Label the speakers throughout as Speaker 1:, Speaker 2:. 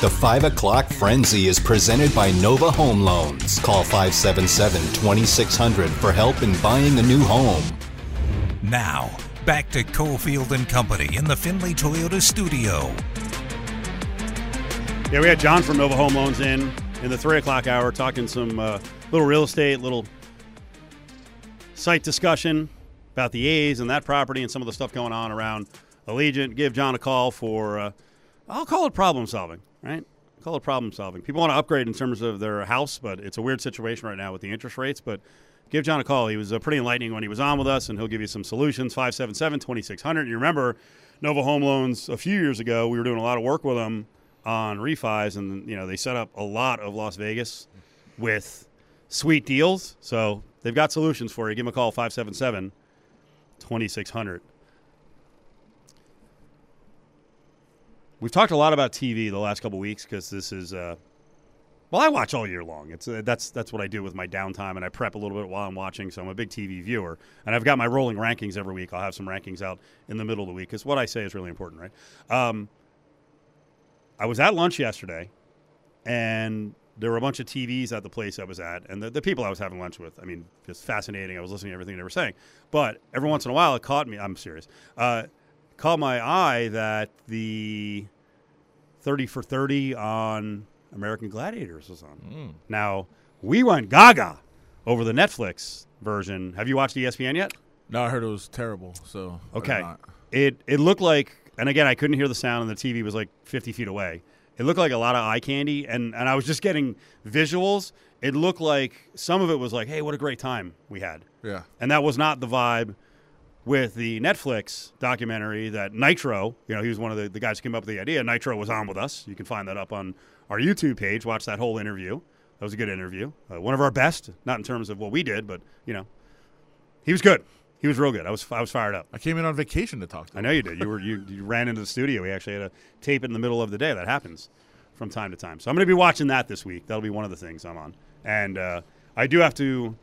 Speaker 1: The 5 o'clock frenzy is presented by Nova Home Loans. Call 577 2600 for help in buying a new home.
Speaker 2: Now, back to Cofield and Company in the Finley Toyota studio.
Speaker 3: Yeah, we had John from Nova Home Loans in in the three o'clock hour, talking some uh, little real estate, little site discussion about the A's and that property and some of the stuff going on around Allegiant. Give John a call for, uh, I'll call it problem solving, right? Call it problem solving. People want to upgrade in terms of their house, but it's a weird situation right now with the interest rates. But give John a call. He was uh, pretty enlightening when he was on with us, and he'll give you some solutions. 577 2600. And you remember Nova Home Loans a few years ago, we were doing a lot of work with them on refis, and you know they set up a lot of Las Vegas with sweet deals. So they've got solutions for you. Give them a call 577 2600. We've talked a lot about TV the last couple weeks because this is uh, well, I watch all year long. It's uh, that's that's what I do with my downtime, and I prep a little bit while I'm watching. So I'm a big TV viewer, and I've got my rolling rankings every week. I'll have some rankings out in the middle of the week because what I say is really important, right? Um, I was at lunch yesterday, and there were a bunch of TVs at the place I was at, and the, the people I was having lunch with. I mean, just fascinating. I was listening to everything they were saying, but every once in a while, it caught me. I'm serious. Uh, caught my eye that the 30 for 30 on American Gladiators was on. Now we went gaga over the Netflix version. Have you watched E ESPN yet?
Speaker 4: No, I heard it was terrible. So I did
Speaker 3: Okay.
Speaker 4: not.
Speaker 3: It it looked like, and again, I couldn't hear the sound, and the TV was like 50 feet away. It looked like a lot of eye candy, and and I was just getting visuals. It looked like some of it was like, hey, what a great time we had,
Speaker 4: Yeah.
Speaker 3: and that was not the vibe with the Netflix documentary that Nitro, you know, he was one of the, the guys who came up with the idea. Nitro was on with us. You can find that up on our YouTube page. Watch that whole interview. That was a good interview. Uh, one of our best, not in terms of what we did, but, you know, he was good. He was real good. I was, I was fired up.
Speaker 4: I came in on vacation to talk to
Speaker 3: I
Speaker 4: him.
Speaker 3: know you did. You were you, you ran into the studio. We actually had a tape in the middle of the day. That happens from time to time. So I'm going to be watching that this week. That'll be one of the things I'm on. And uh, I do have to.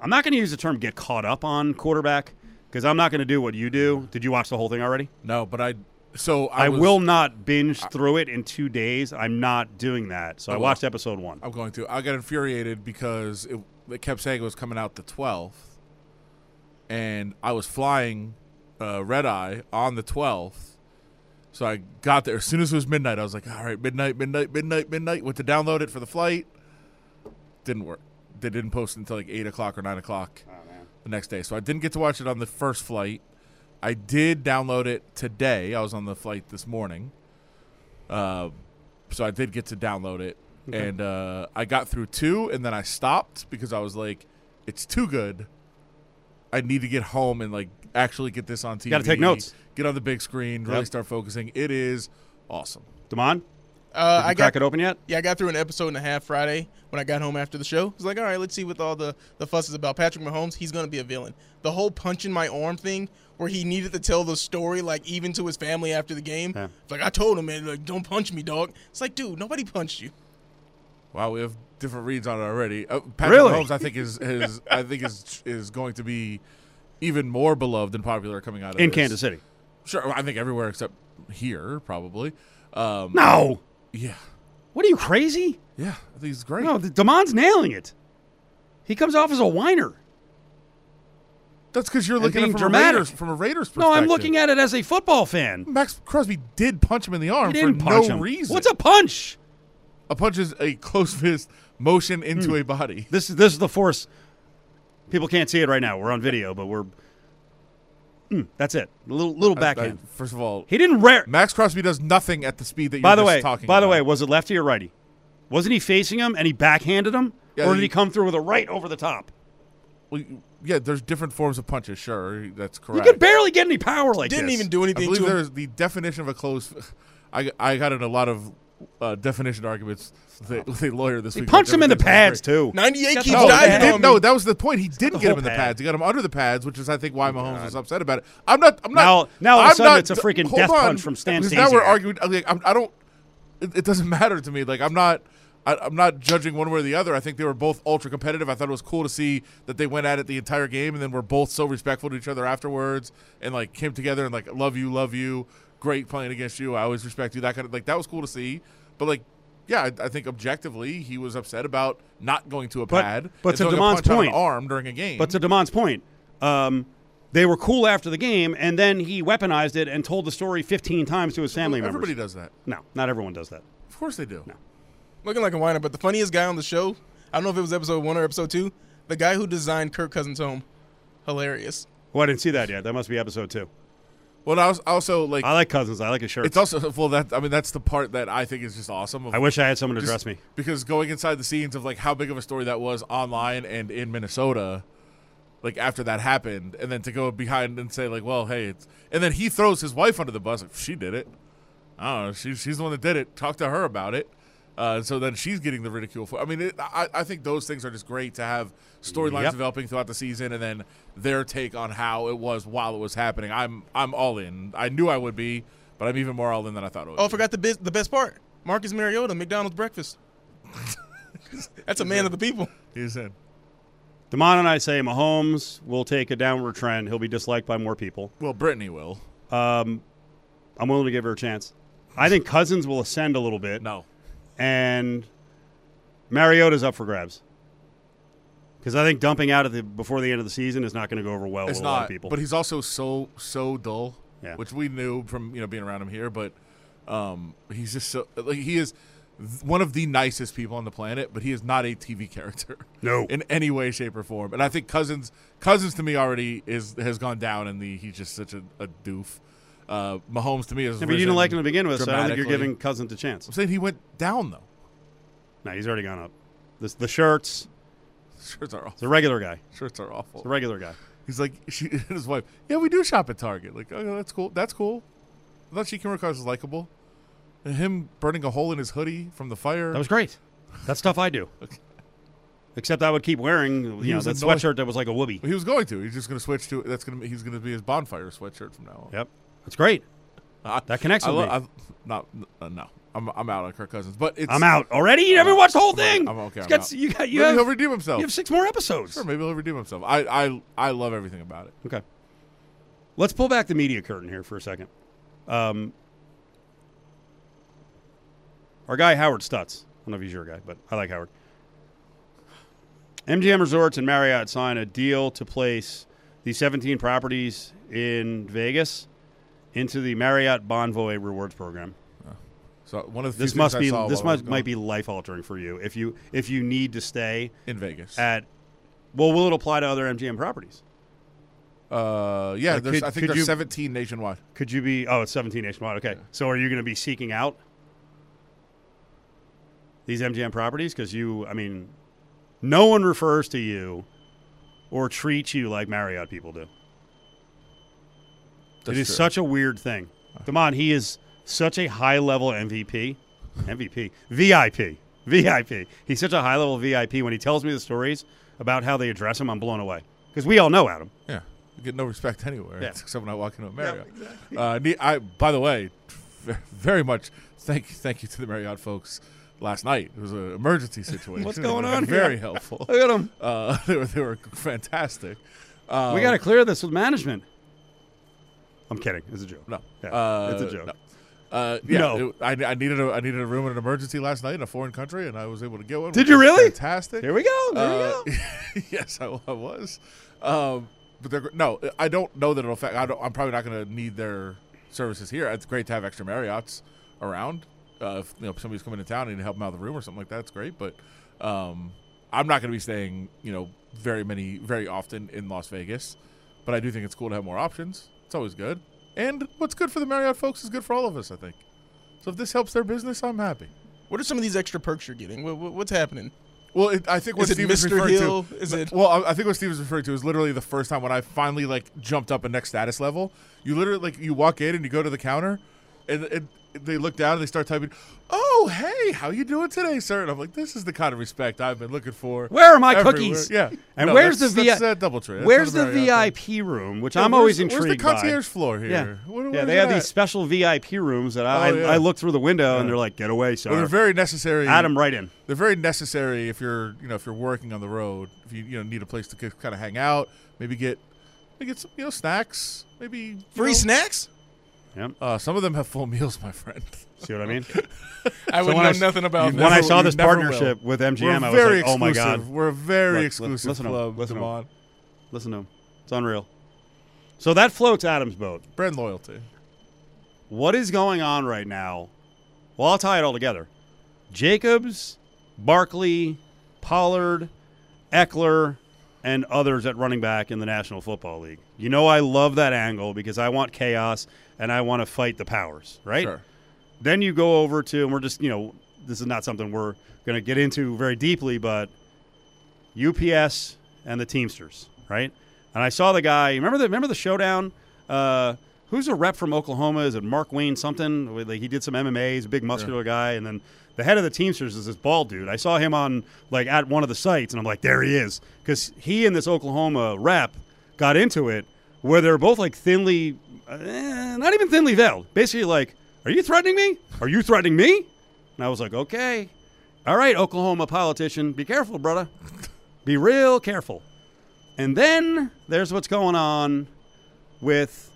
Speaker 3: I'm not going to use the term "get caught up on" quarterback because I'm not going to do what you do. Did you watch the whole thing already?
Speaker 4: No, but I. So I,
Speaker 3: I,
Speaker 4: was-
Speaker 3: will not binge through it in two days. I'm not doing that. So I,
Speaker 4: will.
Speaker 3: watched episode one.
Speaker 4: I'm going to. I got infuriated because it, it kept saying it was coming out the 12th, and I was flying uh, red eye on the 12th. So I got there as soon as it was midnight. I was like, all right, midnight, midnight, midnight, midnight. Went to download it for the flight. Didn't work. They didn't post it until like eight o'clock or nine o'clock the next day. So I didn't get to watch it on the first flight. I did download it today. I was on the flight this morning. Uh, so I did get to download it, and uh, I got through two, and then I stopped because I was like, "It's too good. I need to get home and like actually get this on TV.
Speaker 3: gotta take notes.
Speaker 4: Get on the big screen. Really
Speaker 3: Yep.
Speaker 4: start focusing. It is awesome.
Speaker 3: Damon,
Speaker 5: Uh,
Speaker 3: did you
Speaker 5: I
Speaker 3: crack
Speaker 5: got
Speaker 3: it open yet?
Speaker 5: yeah, I got through an episode and a half Friday when I got home after the show. I was like, all right, let's see what all the the fuss is about. Patrick Mahomes, he's gonna be a villain. The whole punch in my arm thing, where he needed to tell the story like even to his family after the game.
Speaker 3: Yeah.
Speaker 5: It's Like I told him, man, like don't punch me, dog. It's like, dude, nobody punched you.
Speaker 4: Wow, we have different reads on it already. Uh, Patrick
Speaker 3: Really?
Speaker 4: Mahomes, I think is is I think is is going to be even more beloved and popular coming out of
Speaker 3: In
Speaker 4: this.
Speaker 3: Kansas City.
Speaker 4: Sure, I think everywhere except here probably. Um,
Speaker 3: No.
Speaker 4: Yeah,
Speaker 3: What are you crazy?
Speaker 4: yeah, I think he's great.
Speaker 3: No, Damon's nailing it. He comes off as a whiner.
Speaker 4: That's because you're
Speaker 3: and
Speaker 4: looking at
Speaker 3: being
Speaker 4: it from
Speaker 3: dramatic.
Speaker 4: a Raiders from a Raiders perspective.
Speaker 3: No, I'm looking at it as a football fan.
Speaker 4: Max Crosby did punch him in the arm
Speaker 3: He didn't
Speaker 4: for
Speaker 3: punch
Speaker 4: no
Speaker 3: him.
Speaker 4: reason.
Speaker 3: What's a punch?
Speaker 4: A punch is a close fist motion into
Speaker 3: Hmm.
Speaker 4: a body.
Speaker 3: This is this is the force. People can't see it right now. We're on video, but we're. Mm, that's it. A little little backhand.
Speaker 4: I- first of all,
Speaker 3: he didn't rare.
Speaker 4: Max Crosby does nothing at the speed that you're
Speaker 3: By the
Speaker 4: just
Speaker 3: way,
Speaker 4: talking.
Speaker 3: by the
Speaker 4: about.
Speaker 3: way, was it lefty or righty? Wasn't he facing him and he backhanded him,
Speaker 4: Yeah,
Speaker 3: or did
Speaker 4: he-
Speaker 3: he come through with a right over the top?
Speaker 4: Well, you- yeah, there's different forms of punches. Sure, that's
Speaker 3: You
Speaker 4: correct.
Speaker 3: could barely get any power like
Speaker 5: Didn't
Speaker 3: this.
Speaker 5: even do
Speaker 4: I
Speaker 5: anything
Speaker 4: believe
Speaker 5: to him.
Speaker 4: there's the definition of a close. I, I got in a lot of uh, definition arguments with a, with a lawyer this week. about
Speaker 3: Punch him in the
Speaker 4: different
Speaker 3: pads
Speaker 4: things.
Speaker 3: too.
Speaker 5: Ninety-eight
Speaker 3: Shut
Speaker 5: keeps
Speaker 3: the whole
Speaker 5: diving
Speaker 3: damn-
Speaker 4: No,
Speaker 5: on me.
Speaker 4: no, that was the point. He didn't get
Speaker 3: whole
Speaker 4: him in the
Speaker 3: pad. Oh,
Speaker 4: pads. He got him under the pads, which is, I think, why Mahomes was upset about it. I'm not. I'm not.
Speaker 3: Now- now all of a
Speaker 4: I'm
Speaker 3: sudden
Speaker 4: not-
Speaker 3: it's a freaking
Speaker 4: hold
Speaker 3: death
Speaker 4: on,
Speaker 3: punch from Stan
Speaker 4: because Now we're
Speaker 3: Stasiak.
Speaker 4: arguing. I'm Like, I'm, I don't. It, it doesn't matter to me. Like I'm not. I, I'm not judging one way or the other. I think they were both ultra competitive. I thought it was cool to see that they went at it the entire game, and then were both so respectful to each other afterwards, and like came together and like love you, love you. great playing against you. I always respect you. That kind of like that was cool to see. But like, yeah, I, I think objectively he was upset about not going to a
Speaker 3: But-
Speaker 4: pad.
Speaker 3: but
Speaker 4: and
Speaker 3: to
Speaker 4: throwing a
Speaker 3: Damon's
Speaker 4: punch on an
Speaker 3: point-
Speaker 4: arm during a game.
Speaker 3: But to Damon's point, um, they were cool after the game, and then he weaponized it and told the story 15 times to his family members.
Speaker 4: everybody does that.
Speaker 3: No, not everyone does that.
Speaker 4: Of course they do.
Speaker 5: Looking like a whiner, but the funniest guy on the show, I don't know if it was episode one or episode two, the guy who designed Kirk Cousins' home. Hilarious.
Speaker 3: Well, Oh, I didn't see that yet. That must be episode two.
Speaker 4: Well, I was also like,
Speaker 3: I like Cousins. I like his shirt.
Speaker 4: it's also well that I mean that's the part that I think is just awesome. Of
Speaker 3: I wish I had someone to
Speaker 4: just-
Speaker 3: dress me.
Speaker 4: because going inside the scenes of like how big of a story that was online and in Minnesota, like after that happened, and then to go behind and say like, well, hey, it's, and then he throws his wife under the bus. Like, she did it. I don't know. She, she's the one that did it. Talk to her about it. Uh, so then she's getting the ridicule for. I mean, it, I, I think those things are just great to have storylines
Speaker 3: Yep.
Speaker 4: developing throughout the season, and then their take on how it was while it was happening. I'm I'm all in. I knew I would be, but I'm even more all in than I thought it would.
Speaker 5: Oh, I
Speaker 4: be.
Speaker 5: forgot the biz- the best part. Marcus Mariota, McDonald's breakfast. That's a man of the people.
Speaker 4: he's in.
Speaker 3: Damon and I say Mahomes will take a downward trend. He'll be disliked by more people.
Speaker 4: Well, Brittany will.
Speaker 3: Um, I'm willing to give her a chance. I think Cousins will ascend a little bit,
Speaker 4: No.
Speaker 3: and Mariota's up for grabs. Because I think dumping out at the before the end of the season is not going to go over well
Speaker 4: it's
Speaker 3: with a
Speaker 4: not,
Speaker 3: lot of people.
Speaker 4: But he's also so so dull,
Speaker 3: Yeah.
Speaker 4: which we knew from you know being around him here. But um, he's just so like he is th- one of the nicest people on the planet, but he is not a TV character.
Speaker 3: No.
Speaker 4: in any way, shape, or form. And I think Cousins Cousins to me already is has gone down, in the he's just such a, a doof. Uh, Mahomes to me is.
Speaker 3: Yeah, but you
Speaker 4: risen
Speaker 3: didn't like him to begin with, so I don't think you're
Speaker 4: dramatically.
Speaker 3: giving Cousins a chance.
Speaker 4: I'm saying he went down though.
Speaker 3: No, he's already gone up. This, the shirts.
Speaker 4: Shirts are awful.
Speaker 3: It's a regular guy.
Speaker 4: Shirts are awful.
Speaker 3: It's a regular guy.
Speaker 4: He's like, she, his wife. Yeah, we do shop at Target. Like, oh, that's cool. That's cool. I thought she came across as likable. And him burning a hole in his hoodie from the fire.
Speaker 3: That was great. That's stuff I do. Except I would keep wearing
Speaker 4: He
Speaker 3: you know,
Speaker 4: was
Speaker 3: that
Speaker 4: annoyed.
Speaker 3: sweatshirt that was like a whoopee.
Speaker 4: he was going to. He's just going to switch to. That's going to. He's going to be his bonfire sweatshirt from now on.
Speaker 3: Yep. That's great.
Speaker 4: I-
Speaker 3: That connects
Speaker 4: I
Speaker 3: with
Speaker 4: lo-
Speaker 3: me.
Speaker 4: I- not uh, no. I'm I'm out on Kirk Cousins. But it's Oh.
Speaker 3: I'm out already. You haven't watched the whole thing.
Speaker 4: I'm okay,
Speaker 3: It's
Speaker 4: I'm
Speaker 3: got-
Speaker 4: out.
Speaker 3: You got you
Speaker 4: Maybe he'll
Speaker 3: have,
Speaker 4: redeem himself.
Speaker 3: you have six more episodes.
Speaker 4: sure, maybe he'll redeem himself. I I I love everything about it.
Speaker 3: Okay. Let's pull back the media curtain here for a second. Um, our guy Howard Stutz. I don't know if he's your guy, but I like Howard. MGM Resorts and Marriott sign a deal to place the 17 properties in Vegas into the Marriott Bonvoy Rewards Program.
Speaker 4: So one of the few
Speaker 3: This
Speaker 4: things
Speaker 3: must
Speaker 4: I
Speaker 3: be
Speaker 4: saw
Speaker 3: this
Speaker 4: while I was
Speaker 3: must, might
Speaker 4: gone-
Speaker 3: be life altering for you if you if you need to stay
Speaker 4: in Vegas.
Speaker 3: at. Well, will it apply to other MGM properties?
Speaker 4: uh, yeah,
Speaker 3: Like,
Speaker 4: there's,
Speaker 3: could-
Speaker 4: I
Speaker 3: could
Speaker 4: think there's
Speaker 3: you-
Speaker 4: 17 nationwide.
Speaker 3: Could you be? Oh, it's 17 nationwide. Okay. So are you going to be seeking out these MGM properties? Because you, I mean, no one refers to you or treats you like Marriott people do.
Speaker 4: That's
Speaker 3: it is
Speaker 4: true.
Speaker 3: such a weird thing. Damon, he is such a high level MVP. MVP. VIP. VIP. He's such a high level VIP. When he tells me the stories about how they address him, I'm blown away. Because we all know Adam.
Speaker 4: Yeah, you get no respect anywhere
Speaker 3: Yeah.
Speaker 4: except when I walk into a Marriott. Uh, ne- I, by the way, ve- very much thank thank you to the Marriott folks. Last night it was an emergency situation.
Speaker 3: What's
Speaker 4: They
Speaker 3: going
Speaker 4: were
Speaker 3: on here?
Speaker 4: Very helpful.
Speaker 3: Look at him.
Speaker 4: Uh, they were they were fantastic. Uh,
Speaker 3: we got to clear this with management. I'm kidding. It's a joke.
Speaker 4: no.
Speaker 3: Yeah,
Speaker 4: Uh,
Speaker 3: it's a joke.
Speaker 4: no. Uh, yeah,
Speaker 3: No.
Speaker 4: it- I, I needed a, I needed a room in an emergency last night in a foreign country, and I was able to get one.
Speaker 3: Did
Speaker 4: which
Speaker 3: you
Speaker 4: was
Speaker 3: really?
Speaker 4: Fantastic.
Speaker 3: Here we go. There
Speaker 4: Uh,
Speaker 3: we go.
Speaker 4: yes, I, I was. Um, but they're, gr- no, I don't know that it'll affect. I don't, I'm probably not going to need their services here. It's great to have extra Marriotts around. Uh, if you know if somebody's coming to town and help them out of the room or something like that, it's great. But um, I'm not going to be staying, you know, very many, very often in Las Vegas. But I do think it's cool to have more options. It's always good. And what's good for the Marriott folks is good for all of us, I think. So if this helps their business, I'm happy.
Speaker 5: What are some of these extra perks you're getting? What, what, what's happening?
Speaker 4: Well, it, I think what
Speaker 5: Is it
Speaker 4: Steve is
Speaker 5: Mr.
Speaker 4: referring
Speaker 5: Hill?
Speaker 4: to
Speaker 5: Is it-
Speaker 4: Well, I, I think what Steve is referring to is literally the first time when I finally like jumped up a next status level. You literally like you walk in and you go to the counter, and, and they look down and they start typing, "Oh, hey, how you doing today, sir?" And I'm like, "This is the kind of respect I've been looking for."
Speaker 3: Where are my
Speaker 4: everywhere."
Speaker 3: cookies?
Speaker 4: Yeah,
Speaker 3: And
Speaker 4: No,
Speaker 3: where's the
Speaker 4: that's-
Speaker 3: VIP?
Speaker 4: that's, uh, double trade. That's
Speaker 3: Where's
Speaker 4: not a
Speaker 3: the
Speaker 4: Marriott thing.
Speaker 3: VIP room? Which
Speaker 4: Yeah,
Speaker 3: I'm always
Speaker 4: where's-
Speaker 3: intrigued
Speaker 4: Where's the concierge
Speaker 3: by.
Speaker 4: floor here?
Speaker 3: Yeah,
Speaker 4: Where-
Speaker 3: yeah.
Speaker 4: where's
Speaker 3: They
Speaker 4: it
Speaker 3: have
Speaker 4: at?
Speaker 3: these special VIP rooms that I,
Speaker 4: Oh, yeah.
Speaker 3: I look through the window and they're like, "Get away,
Speaker 4: Well, they're
Speaker 3: sir."
Speaker 4: very necessary.
Speaker 3: uh, Adam, right in.
Speaker 4: they're very necessary if you're you know if you're working on the road if you you know need a place to kind of hang out maybe get maybe get some you know snacks maybe you
Speaker 5: Free
Speaker 4: know,
Speaker 5: snacks?
Speaker 3: Yep.
Speaker 4: Uh, some of them have full meals, my friend.
Speaker 3: See what I mean? So
Speaker 5: I wouldn't
Speaker 3: when
Speaker 5: know
Speaker 3: I s-
Speaker 5: nothing about
Speaker 4: you
Speaker 5: that.
Speaker 3: when I
Speaker 4: never-
Speaker 3: saw
Speaker 4: you
Speaker 3: this
Speaker 4: never will.
Speaker 3: partnership with MGM,
Speaker 4: We're
Speaker 3: I was
Speaker 4: very
Speaker 3: like, oh my
Speaker 4: exclusive.
Speaker 3: God.
Speaker 4: We're a very
Speaker 3: Look, look,
Speaker 4: exclusive
Speaker 3: listen to 'em,
Speaker 4: club,
Speaker 3: listen to 'em.
Speaker 4: Damon.
Speaker 3: Listen to him. It's unreal. So that floats Adam's boat.
Speaker 4: Brand loyalty.
Speaker 3: What is going on right now? Well, I'll tie it all together. Jacobs, Barkley, Pollard, Eckler, and others at running back in the National Football League. You know, I love that angle because I want chaos and I want to fight the powers, right?
Speaker 4: Sure.
Speaker 3: Then you go over to, and we're just, you know, this is not something we're going to get into very deeply, but UPS and the Teamsters, right? And I saw the guy. Remember the remember the showdown? Uh, who's a rep from Oklahoma? Is it Mark Wayne something? With, Like he did some MMA. He's a big muscular guy, and then the head of the Teamsters is this bald dude. I saw him on like at one of the sites, and I'm like, there he is, because he and this Oklahoma rep got into it where they're both like thinly, eh, not even thinly veiled. Basically, like, are you threatening me? Are you threatening me? And I was like, okay, all right, Oklahoma politician, be careful, brother. Be real careful. And then there's what's going on with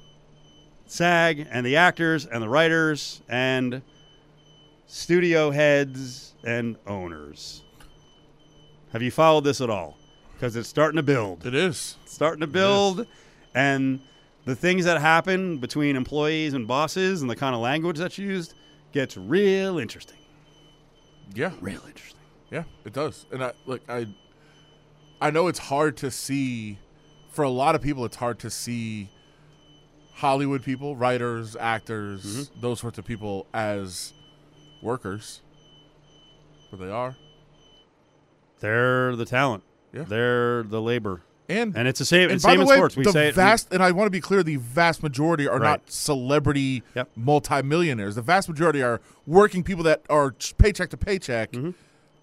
Speaker 3: SAG and the actors and the writers and studio heads and owners. Have you followed this at all? Because it's starting to build.
Speaker 4: It is.
Speaker 3: It's starting to build. And the things that happen between employees and bosses and the kind of language that's used gets real interesting.
Speaker 4: Yeah.
Speaker 3: Real interesting.
Speaker 4: Yeah, it does. And I like I I know it's hard to see for a lot of people it's hard to see Hollywood people, writers, actors,
Speaker 3: Mm-hmm.
Speaker 4: those sorts of people as workers. But they are.
Speaker 3: They're the talent,
Speaker 4: Yeah.
Speaker 3: they're the labor.
Speaker 4: And
Speaker 3: And it's the same,
Speaker 4: and
Speaker 3: it's
Speaker 4: by
Speaker 3: same
Speaker 4: the
Speaker 3: in
Speaker 4: way,
Speaker 3: sports. We
Speaker 4: the
Speaker 3: say it.
Speaker 4: vast and I want to be clear, the vast majority are
Speaker 3: Right.
Speaker 4: not celebrity
Speaker 3: Yep.
Speaker 4: multimillionaires. The vast majority are working people that are ch- paycheck to paycheck
Speaker 3: Mm-hmm.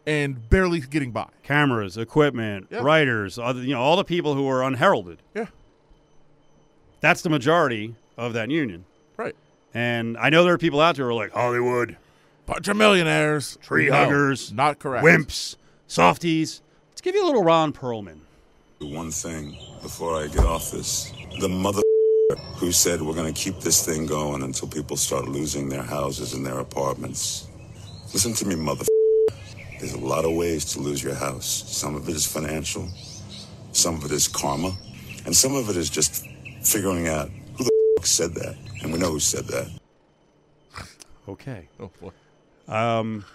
Speaker 4: and barely getting by.
Speaker 3: cameras, equipment,
Speaker 4: Yeah.
Speaker 3: writers, other, you know, all the people who are unheralded.
Speaker 4: Yeah.
Speaker 3: That's the majority of that union.
Speaker 4: Right.
Speaker 3: And I know there are people out there who are like Hollywood,
Speaker 4: Bunch of millionaires.
Speaker 3: Tree
Speaker 4: No,
Speaker 3: huggers.
Speaker 4: Not correct.
Speaker 3: wimps, softies. Let's give you a little Ron Perlman.
Speaker 6: One thing before I get off this the mother who said we're going to keep this thing going until people start losing their houses and their apartments. Listen to me, mother. There's a lot of ways to lose your house. Some of it is financial, some of it is karma, and some of it is just figuring out who the said that. And we know who said that.
Speaker 3: Okay.
Speaker 4: Oh, boy.
Speaker 3: Um,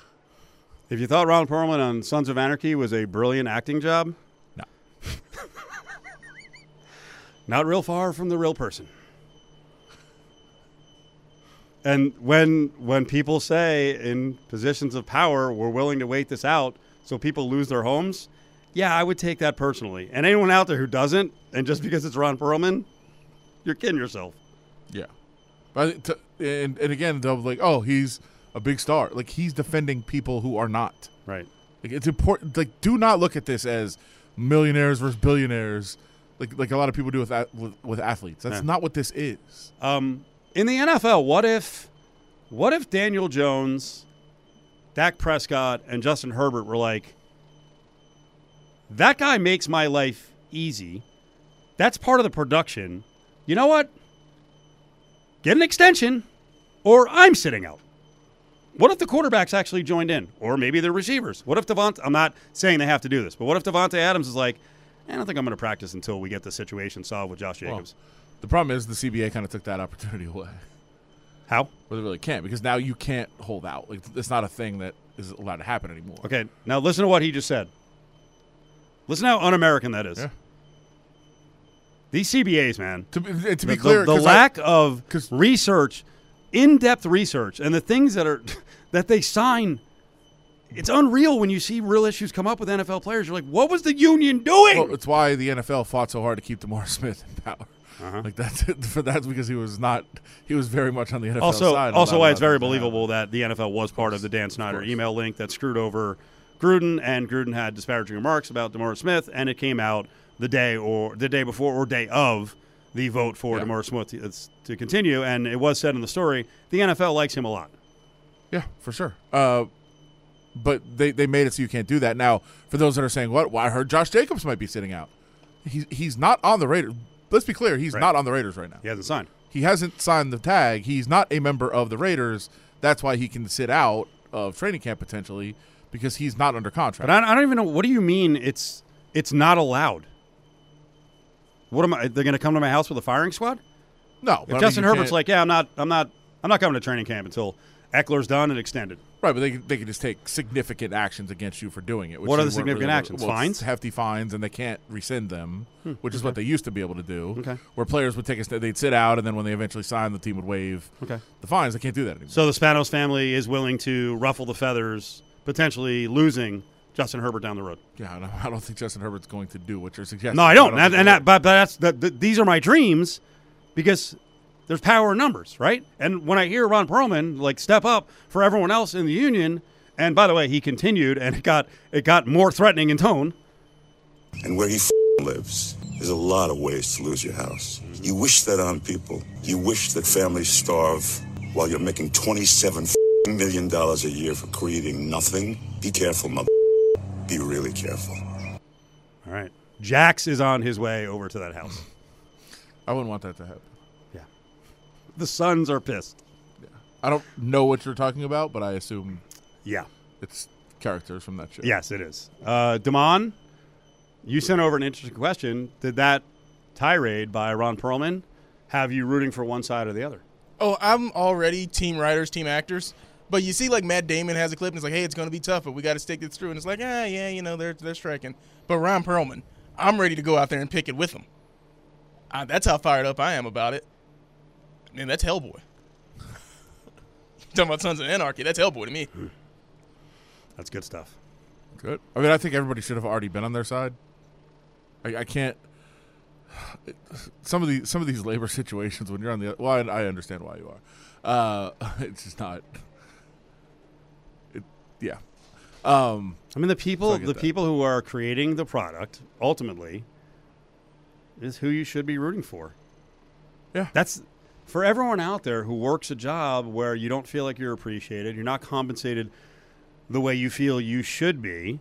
Speaker 3: if you thought Ron Perlman on Sons of Anarchy was a brilliant acting job,
Speaker 4: No.
Speaker 3: not real far from the real person. And when when people say in positions of power we're willing to wait this out so people lose their homes, yeah, I would take that personally. And anyone out there who doesn't, and just because it's Ron Perlman, you're kidding yourself.
Speaker 4: Yeah. But to, and and again, they'll be like, oh, he's a big star. Like he's defending people who are not.
Speaker 3: Right.
Speaker 4: Like it's important. Like do not look at this as millionaires versus billionaires. Like like a lot of people do with ath- with, with athletes. That's
Speaker 3: Yeah.
Speaker 4: not what this is.
Speaker 3: Um, in the NFL, what if, what if Daniel Jones, Dak Prescott, and Justin Herbert were like, that guy makes my life easy. That's part of the production. You know what? Get an extension, or I'm sitting out. What if the quarterbacks actually joined in, or maybe the receivers? What if Devontae? I'm not saying they have to do this, but what if Devontae Adams is like, "Eh, I don't think I'm going to practice until we get the situation solved with Josh
Speaker 4: Well,
Speaker 3: Jacobs.
Speaker 4: the problem is the CBA kind of took that opportunity away.
Speaker 3: How?
Speaker 4: Where they really can't because now you can't hold out. Like it's not a thing that is allowed to happen anymore.
Speaker 3: Okay, now listen to what he just said. Listen how un-American that is.
Speaker 4: Yeah.
Speaker 3: These CBAs, man.
Speaker 4: To be, to
Speaker 3: The,
Speaker 4: be
Speaker 3: the-
Speaker 4: clear,
Speaker 3: the
Speaker 4: 'cause I-
Speaker 3: lack of
Speaker 4: 'cause-
Speaker 3: research, in-depth research, and the things that are that they sign. It's unreal when you see real issues come up with NFL players. You're like, what was the union doing?
Speaker 4: Well, it's why the NFL fought so hard to keep Demar Smith in power. Like that's it. For that's because he was not. He was very much on the NFL
Speaker 3: also,
Speaker 4: side.
Speaker 3: also
Speaker 4: about
Speaker 3: why it's very
Speaker 4: allowing that to happen.
Speaker 3: believable that the NFL was part of the Dan Snyder
Speaker 4: course.
Speaker 3: email link that screwed over Gruden, and Gruden had disparaging remarks about Demar Smith, and it came out the day or the day before or day of the vote for
Speaker 4: Yeah.
Speaker 3: Demar Smith to, it's- to continue, and it was said in the story the NFL likes him a lot.
Speaker 4: Yeah, for sure. Uh, but they they made it so you can't do that. Now, for those that are saying, "What? Well, I heard Josh Jacobs might be sitting out." He's he's not on the Raiders. Let's be clear, he's
Speaker 3: Right.
Speaker 4: not on the Raiders right now.
Speaker 3: He hasn't signed.
Speaker 4: He hasn't signed the tag. He's not a member of the Raiders. That's why he can sit out of training camp potentially because he's not under contract.
Speaker 3: But I, I don't even know. What do you mean? It's it's not allowed. What am I? They're going to come to my house with a firing squad?
Speaker 4: no, but I
Speaker 3: If
Speaker 4: mean,
Speaker 3: Justin
Speaker 4: you
Speaker 3: Herbert's
Speaker 4: can't-
Speaker 3: like, yeah, I'm not, I'm not, I'm not coming to training camp until Eckler's done and extended.
Speaker 4: right, but they could- they can just take significant actions against you for doing it. Which
Speaker 3: What are
Speaker 4: they
Speaker 3: the
Speaker 4: weren't
Speaker 3: significant
Speaker 4: really-
Speaker 3: actions?
Speaker 4: well, it's
Speaker 3: Fines? Hmm,
Speaker 4: hefty fines, and they can't rescind them, which is what they used to be able to do.
Speaker 3: Okay.
Speaker 4: where players would take a st- they'd sit out, and then when they eventually signed, the team would waive
Speaker 3: Okay.
Speaker 4: the fines. They can't do that anymore.
Speaker 3: So the Spanos family is willing to ruffle the feathers, potentially losing Justin Herbert down the road.
Speaker 4: Yeah, no, I don't think Justin Herbert's going to do what you're suggesting.
Speaker 3: No, I don't. And, and
Speaker 4: think he
Speaker 3: that, but, but that's that, that- these are my dreams because there's power in numbers, right? And when I hear Ron Perlman like step up for everyone else in the union, and by the way, he continued and it got it got more threatening in tone.
Speaker 6: And where he f- lives, there's a lot of ways to lose your house. You wish that on people. You wish that families starve while you're making twenty-seven f- million dollars a year for creating nothing. Be careful, mother. Be really careful.
Speaker 3: All right, Jax is on his way over to that house.
Speaker 4: would. I wouldn't want that to happen.
Speaker 3: Yeah, the sons are pissed.
Speaker 4: I don't know what you're talking about, but I assume
Speaker 3: Yeah.
Speaker 4: it's characters from that show.
Speaker 3: Yes, it is. Uh, Damon, you sent over an interesting question. Did that tirade by Ron Perlman have you rooting for one side or the other?
Speaker 5: Oh, I'm already team writers, team actors. But you see, like Matt Damon has a clip, and it's like, "Hey, it's going to be tough, but we got to stick this through." And it's like, "Ah, yeah, you know, they're they're striking." But Ron Perlman, I'm ready to go out there and pick it with him. Uh, that's how fired up I am about it. Man, that's Hellboy. Talking about Sons of Anarchy, that's Hellboy to me.
Speaker 3: That's good stuff.
Speaker 4: Good. I mean, I think everybody should have already been on their side. I, I can't. Some of the some of these labor situations when you're on the well, I, I understand why you are. Uh, it's just not. It, yeah. Um,
Speaker 3: I mean, the people,
Speaker 4: So I get
Speaker 3: the
Speaker 4: that.
Speaker 3: people who are creating the product ultimately is who you should be rooting for.
Speaker 4: Yeah.
Speaker 3: that's for everyone out there who works a job where you don't feel like you're appreciated, you're not compensated the way you feel you should be.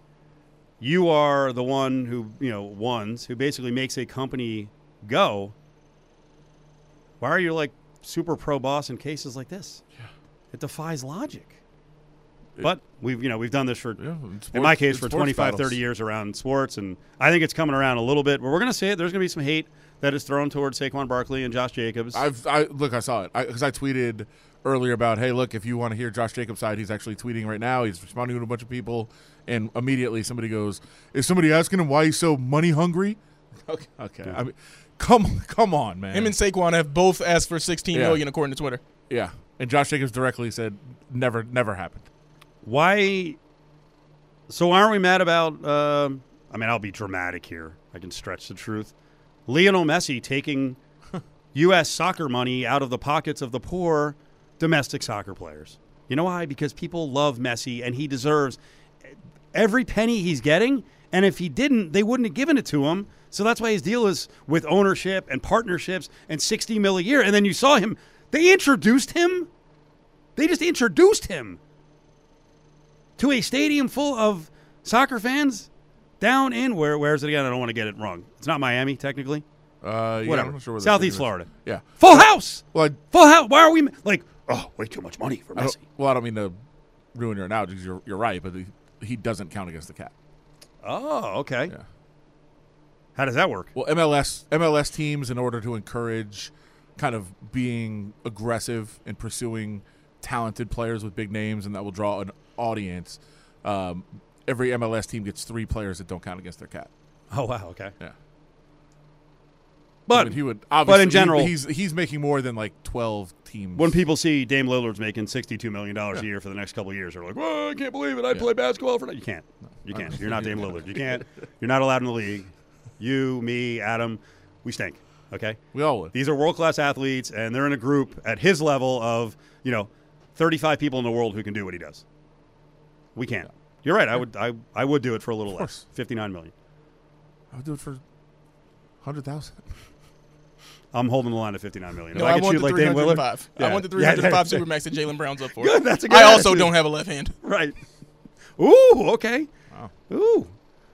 Speaker 3: You are the one who you know ones who basically makes a company go. Why are you like super pro boss in cases like this? Yeah, it defies logic. but we've you know we've done this for
Speaker 4: yeah, sports-
Speaker 3: in my case for
Speaker 4: sports
Speaker 3: 25
Speaker 4: battles.
Speaker 3: 30 years around sports and i think it's coming around a little bit but we're going to see it there's going to be some hate that is thrown towards Saquon Barkley and Josh Jacobs.
Speaker 4: I've I look, I saw it because I, tweeted earlier about, hey, look, if you want to hear Josh Jacobs' side, he's actually tweeting right now. He's responding to a bunch of people, and immediately somebody goes, "Is somebody asking him why he's so money hungry?" Okay, okay. I mean, come come on, man.
Speaker 5: Him and Saquon have both asked for 16
Speaker 4: Yeah.
Speaker 5: million, according to Twitter.
Speaker 4: yeah, and Josh Jacobs directly said, "Never, never happened."
Speaker 3: Why? So aren't we mad about? um I mean, I'll be dramatic here. I can stretch the truth. Lionel Messi taking U.S. soccer money out of the pockets of the poor domestic soccer players. You know why? Because people love Messi, and he deserves every penny he's getting. And if he didn't, they wouldn't have given it to him. So that's why his deal is with ownership and partnerships and 60 mil a year. And then you saw him. They introduced him. They just introduced him to a stadium full of soccer fans down in where where is it again? I don't want to get it wrong. It's not Miami technically.
Speaker 4: Uh, yeah,
Speaker 3: Whatever.
Speaker 4: I'm not sure where the
Speaker 3: Southeast
Speaker 4: figure
Speaker 3: Florida.
Speaker 4: is. Yeah.
Speaker 3: Full house.
Speaker 4: Well, I,
Speaker 3: Full house. Why are we like? Oh, way too much money for
Speaker 4: I don't,
Speaker 3: Messi.
Speaker 4: well, I don't mean to ruin your analogy. 'cause You're you're right, but he, he doesn't count against the cap.
Speaker 3: Oh, okay.
Speaker 4: Yeah.
Speaker 3: How does that work?
Speaker 4: Well, MLS MLS teams, in order to encourage kind of being aggressive and pursuing talented players with big names, and that will draw an audience. Um, every MLS team gets three players that don't count against their cap.
Speaker 3: Oh, wow. Okay.
Speaker 4: Yeah, I
Speaker 3: But
Speaker 4: mean, he would. Obviously,
Speaker 3: in
Speaker 4: he-
Speaker 3: general-
Speaker 4: he's he's making more than like twelve teams.
Speaker 3: when people see Dame Lillard's making sixty-two million dollars a year for the next couple of years, they're like, "Whoa, I can't believe it! I play basketball for that." You can't. You can't. You're not Dame Lillard. You can't. You're not allowed in the league. You, me, Adam, we stink. Okay.
Speaker 4: we all would.
Speaker 3: These are world class athletes, and they're in a group at his level of, you know, 35 people in the world who can do what he does. We can't. You're right. I would I, I would do it for a little less.
Speaker 4: course.
Speaker 3: 59 million.
Speaker 4: I would do it for hundred thousand.
Speaker 3: I'm holding the line at 59 million.
Speaker 5: No,
Speaker 3: if I,
Speaker 5: I,
Speaker 3: could
Speaker 5: want
Speaker 3: shoot
Speaker 5: the
Speaker 3: like Dame Willard,
Speaker 5: 305.
Speaker 3: Yeah.
Speaker 5: I want the
Speaker 3: Yeah,
Speaker 5: 305
Speaker 3: that's it.
Speaker 5: Supermax that Jalen Brown's up for.
Speaker 3: Good, that's a good
Speaker 5: I also
Speaker 3: attitude.
Speaker 5: don't have a left hand.
Speaker 3: Right. Ooh, okay. Ooh.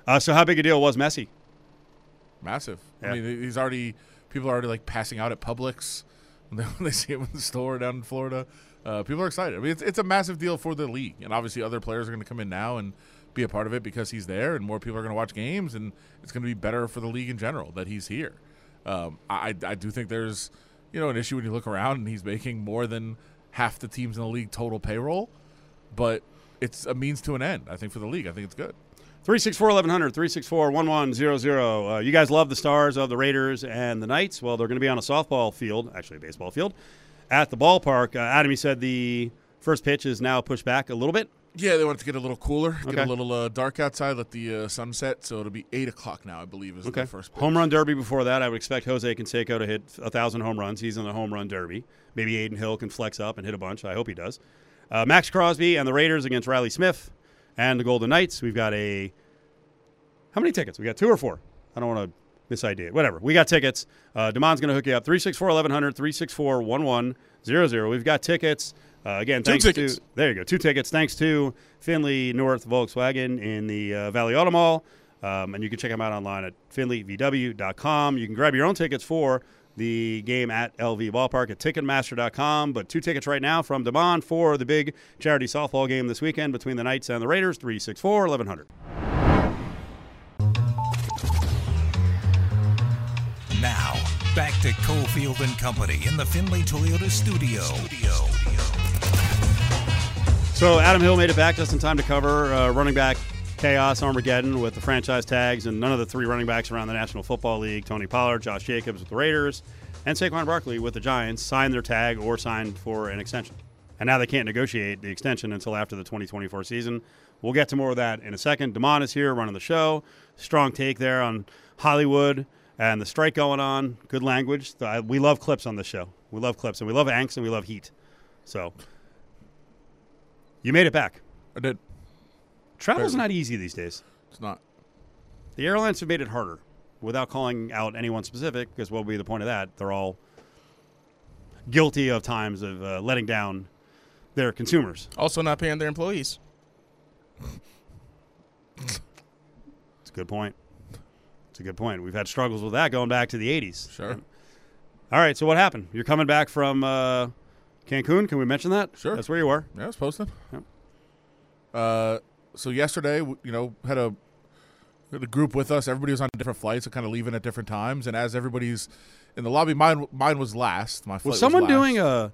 Speaker 3: Uh, so, how big a deal was Messi?
Speaker 4: Massive.
Speaker 3: Yeah.
Speaker 4: I mean, he's already people are already like passing out at Publix. when they, when they see him in the store down in Florida. Uh, people are excited. I mean, it's, it's a massive deal for the league, and obviously other players are going to come in now and be a part of it because he's there, and more people are going to watch games, and it's going to be better for the league in general that he's here. Um, I I I do think there's you know an issue when you look around and he's making more than half the teams in the league total payroll, but it's a means to an end. I think for the league, I think it's good.
Speaker 3: 364 1100, 364 1100. Uh, You guys love the stars of the Raiders and the Knights. Well, they're going to be on a softball field, actually, a baseball field, at the ballpark. Uh, Adam, you said the first pitch is now pushed back a little bit.
Speaker 4: Yeah, they want it to get a little cooler, get
Speaker 3: Okay.
Speaker 4: a little uh, dark outside, let the uh, sun set. So it'll be eight o'clock now, I believe, is
Speaker 3: Okay.
Speaker 4: the first pitch.
Speaker 3: Home run derby before that. I would expect Jose Canseco to hit a 1,000 home runs. He's in the home run derby. Maybe Aiden Hill can flex up and hit a bunch. I hope he does. Uh, Max Crosby and the Raiders against Riley Smith and the Golden Knights. We've got a. How many tickets? We got two or four? I don't want to misidea it. Whatever. We got tickets. Uh, DeMond's going to hook you up. 364 1100, 364 1100. We've got tickets. Uh, again,
Speaker 5: Two
Speaker 3: thanks
Speaker 5: tickets.
Speaker 3: to. There you go. Two tickets. Thanks to Finley North Volkswagen in the uh, Valley Auto Mall. Um, and you can check them out online at finleyvw.com. You can grab your own tickets for the game at LV Ballpark at ticketmaster.com. But two tickets right now from Demond for the big charity softball game this weekend between the Knights and the Raiders, 364 1100.
Speaker 2: Now, back to Cofield and Company in the Finley Toyota studio.
Speaker 3: So Adam Hill made it back just in time to cover uh, running back chaos Armageddon with the franchise tags and none of the three running backs around the National Football League, Tony Pollard, Josh Jacobs with the Raiders, and Saquon Barkley with the Giants, signed their tag or signed for an extension. And now they can't negotiate the extension until after the 2024 season. We'll get to more of that in a second. Damon is here running the show. Strong take there on Hollywood and the strike going on. Good language. I- We love clips on this show. We love clips and we love angst and we love heat. So you made it back.
Speaker 4: I did.
Speaker 3: Travel's
Speaker 4: Very-
Speaker 3: not easy these days.
Speaker 4: It's not.
Speaker 3: The airlines have made it harder without calling out anyone specific, because what would be the point of that? They're all guilty of times of uh, letting down their consumers.
Speaker 5: Also, not paying their employees.
Speaker 3: It's a good point. It's a good point. We've had struggles with that going back to the 80s.
Speaker 4: Sure.
Speaker 3: All right, so what happened? You're coming back from uh, Cancun. Can we mention that?
Speaker 4: Sure.
Speaker 3: That's where you were.
Speaker 4: Yeah, it's posted.
Speaker 3: Yep.
Speaker 4: Uh, so yesterday, w- you know, had a had a group with us. Everybody was on different flights, so kind of leaving at different times. And as everybody's in the lobby, mine mine was last. My flight
Speaker 3: Was someone
Speaker 4: last.
Speaker 3: doing a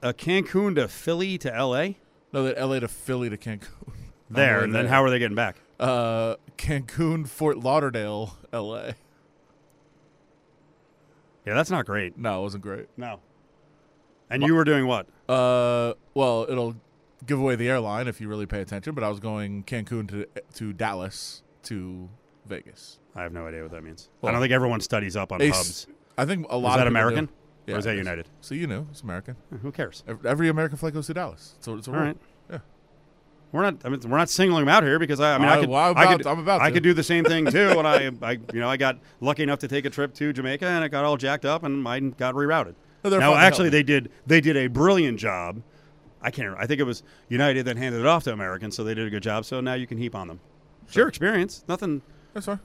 Speaker 3: a Cancun to Philly to L.A.
Speaker 4: no that L.A. to Philly to Cancun.
Speaker 3: there,
Speaker 4: way
Speaker 3: and then
Speaker 4: there.
Speaker 3: how are they getting back?
Speaker 4: Uh, Cancun, Fort Lauderdale, L.A.
Speaker 3: Yeah, that's not great.
Speaker 4: No, it wasn't great.
Speaker 3: No. And you were doing what?
Speaker 4: Uh, well, it'll give away the airline if you really pay attention. But I was going Cancun to to Dallas to Vegas.
Speaker 3: I have no idea what that means. I
Speaker 4: Well,
Speaker 3: don't think everyone studies up on
Speaker 4: Ace-
Speaker 3: hubs.
Speaker 4: I think a lot.
Speaker 3: Is
Speaker 4: of
Speaker 3: that
Speaker 4: people
Speaker 3: American?
Speaker 4: do.
Speaker 3: Or is that
Speaker 4: it
Speaker 3: United?
Speaker 4: So you know, it's American.
Speaker 3: Who cares?
Speaker 4: Ev- Every American flight goes to Dallas. So it's a
Speaker 3: All
Speaker 4: rule.
Speaker 3: right.
Speaker 4: Yeah.
Speaker 3: We're not. I mean, we're not singling them out here because I. I mean, I,
Speaker 4: I-
Speaker 3: could.
Speaker 4: well, I'm
Speaker 3: I could.
Speaker 4: about- I'm about
Speaker 3: I
Speaker 4: to.
Speaker 3: could do the same thing too. and I, I, you know, I got lucky enough to take a trip to Jamaica, and it got all jacked up, and mine got rerouted.
Speaker 4: No, they're
Speaker 3: now,
Speaker 4: fine to
Speaker 3: actually,
Speaker 4: help.
Speaker 3: they did. They did a brilliant job. I can't. remember. I think it was United that handed it off to Americans, so they did a good job. So now you can heap on them. It's your experience. Nothing.
Speaker 4: That's fine.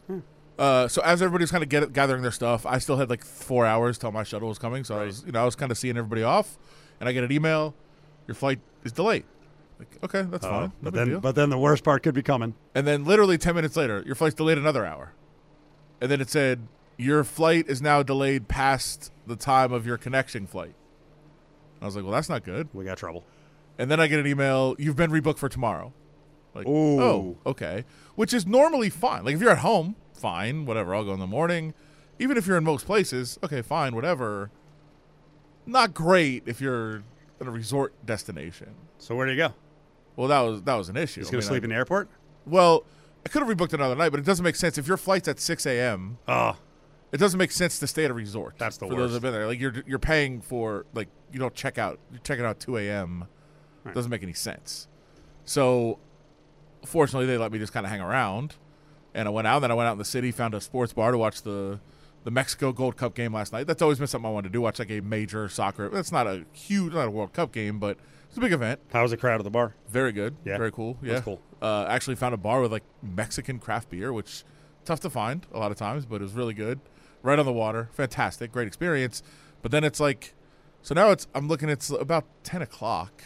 Speaker 4: Uh, so as everybody's kind of get, gathering their stuff, I still had like four hours till my shuttle was coming. So I was, you know, I was kind of seeing everybody off, and I get an email, your flight is delayed. Like, okay, that's
Speaker 3: Uh,
Speaker 4: fine. No
Speaker 3: but
Speaker 4: big
Speaker 3: then,
Speaker 4: deal.
Speaker 3: but then the worst part could be coming.
Speaker 4: and then literally ten minutes later, your flight's delayed another hour, and then it said your flight is now delayed past the time of your connection flight. I was like, well, that's not good.
Speaker 3: We got trouble.
Speaker 4: And then I get an email, you've been rebooked for tomorrow. Like,
Speaker 3: Ooh.
Speaker 4: oh, okay. Which is normally fine. Like, if you're at home, fine, whatever, I'll go in the morning. Even if you're in most places, okay, fine, whatever. Not great if you're at a resort destination.
Speaker 3: So where do you go?
Speaker 4: Well, that was that was an issue.
Speaker 3: He's
Speaker 4: I
Speaker 3: gonna
Speaker 4: mean,
Speaker 3: sleep
Speaker 4: I-
Speaker 3: in the airport.
Speaker 4: Well, I could have rebooked another night, but it doesn't make sense. If your flight's at 6 a.m.,
Speaker 3: Oh,
Speaker 4: it doesn't make sense to stay at a resort.
Speaker 3: That's the
Speaker 4: for
Speaker 3: worst.
Speaker 4: those who've been there. Like you're you're paying for like you don't check out. You're checking out two a.m. Doesn't make any sense. So, fortunately, they let me just kind of hang around, and I went out. Then I went out in the city, found a sports bar to watch the the Mexico Gold Cup game last night. That's always been something I wanted to do. Watch like a major soccer. That's not a huge, not a World Cup game, but it's a big event.
Speaker 3: how was the crowd at the bar?
Speaker 4: Very good.
Speaker 3: Yeah.
Speaker 4: Very cool. Yeah.
Speaker 3: That's cool.
Speaker 4: Uh, actually found a bar with like Mexican craft beer, which tough to find a lot of times, but it was really good. Right on the water. Fantastic. Great experience. But then it's like So now it's I'm looking. It's about ten o'clock,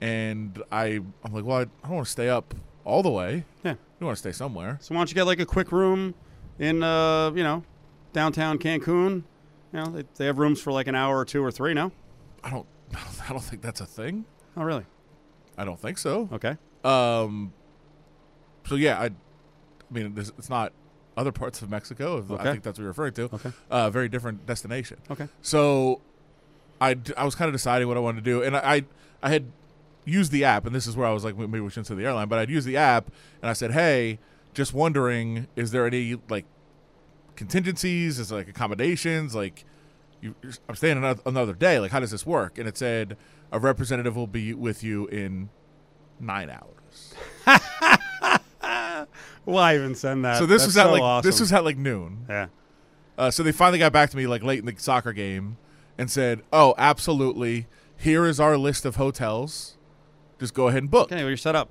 Speaker 4: and I I'm like, well, I, I don't want to stay up all the way.
Speaker 3: Yeah.
Speaker 4: You want to stay somewhere.
Speaker 3: So why don't you get like a quick room in uh, you know, downtown Cancun? You know, they, they have rooms for like an hour or two or three now.
Speaker 4: I don't. I don't think that's a thing.
Speaker 3: Oh really?
Speaker 4: I don't think so.
Speaker 3: Okay.
Speaker 4: Um. So yeah, I. I mean, this, it's not other parts of Mexico. If I
Speaker 3: Okay.
Speaker 4: think that's what you're referring to.
Speaker 3: Okay.
Speaker 4: Uh, very different destination.
Speaker 3: Okay.
Speaker 4: So, I, d- I was kind of deciding what I wanted to do, and I, I I had used the app, and this is where I was like, maybe we shouldn't say the airline, but I'd used the app, and I said, hey, just wondering, is there any like contingencies? Is there, like accommodations? Like, you, you're- I'm staying another, another day. Like, how does this work? And it said a representative will be with you in nine hours.
Speaker 3: Why even send that?
Speaker 4: so this
Speaker 3: That's
Speaker 4: was at
Speaker 3: so
Speaker 4: like
Speaker 3: awesome.
Speaker 4: this was at like noon.
Speaker 3: yeah.
Speaker 4: Uh, so they finally got back to me like late in the soccer game and said, "Oh, absolutely. Here is our list of hotels. Just go ahead and book."
Speaker 3: Okay, well you're set up.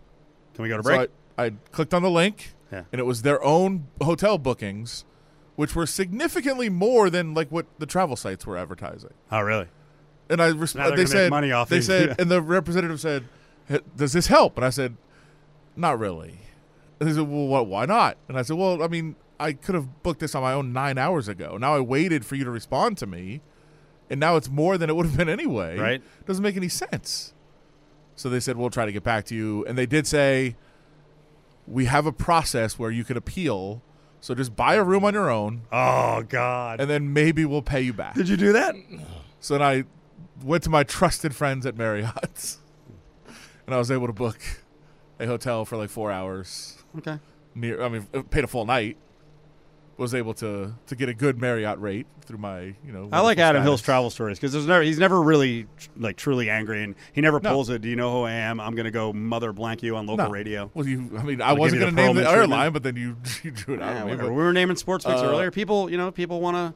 Speaker 3: Can we go to
Speaker 4: So
Speaker 3: break?
Speaker 4: I, I clicked on the link,
Speaker 3: Yeah.
Speaker 4: and it was their own hotel bookings, which were significantly more than like what the travel sites were advertising.
Speaker 3: oh really?
Speaker 4: And I res-
Speaker 3: Now they're
Speaker 4: they
Speaker 3: gonna make
Speaker 4: said
Speaker 3: money off
Speaker 4: they
Speaker 3: you.
Speaker 4: said, and the representative said, "H- "Does this help?" And I said, "Not really." And they said, "Well, what? Why not?" And I said, "Well, I mean, I could have booked this on my own nine hours ago. Now I waited for you to respond to me, and now it's more than it would have been anyway.
Speaker 3: Right.
Speaker 4: Doesn't make any sense." So they said, "We'll try to get back to you," and they did say, "We have a process where you could appeal." So just buy a room on your own,
Speaker 3: Oh God.
Speaker 4: and then maybe we'll pay you back.
Speaker 3: Did you do that?
Speaker 4: So then I went to my trusted friends at Marriott's, and I was able to book a hotel for like four hours.
Speaker 3: Okay.
Speaker 4: Near, I mean, uh, paid a full night. Was able to to get a good Marriott rate through my, you know.
Speaker 3: I like
Speaker 4: wonderful
Speaker 3: Adam Hill's
Speaker 4: status.
Speaker 3: travel stories because there's never he's never really tr- like truly angry and he never
Speaker 4: No.
Speaker 3: pulls it. Do you know who I am? I'm gonna go mother blank you on local
Speaker 4: No.
Speaker 3: radio.
Speaker 4: Well, you. I mean, I
Speaker 3: I'll give
Speaker 4: wasn't
Speaker 3: you
Speaker 4: going
Speaker 3: the
Speaker 4: to name
Speaker 3: Perlman
Speaker 4: the
Speaker 3: treatment.
Speaker 4: airline, but then you you drew it out.
Speaker 3: Yeah,
Speaker 4: of me,
Speaker 3: whatever.
Speaker 4: but-
Speaker 3: we were naming sports weeks
Speaker 4: uh,
Speaker 3: earlier. People, you know, people want to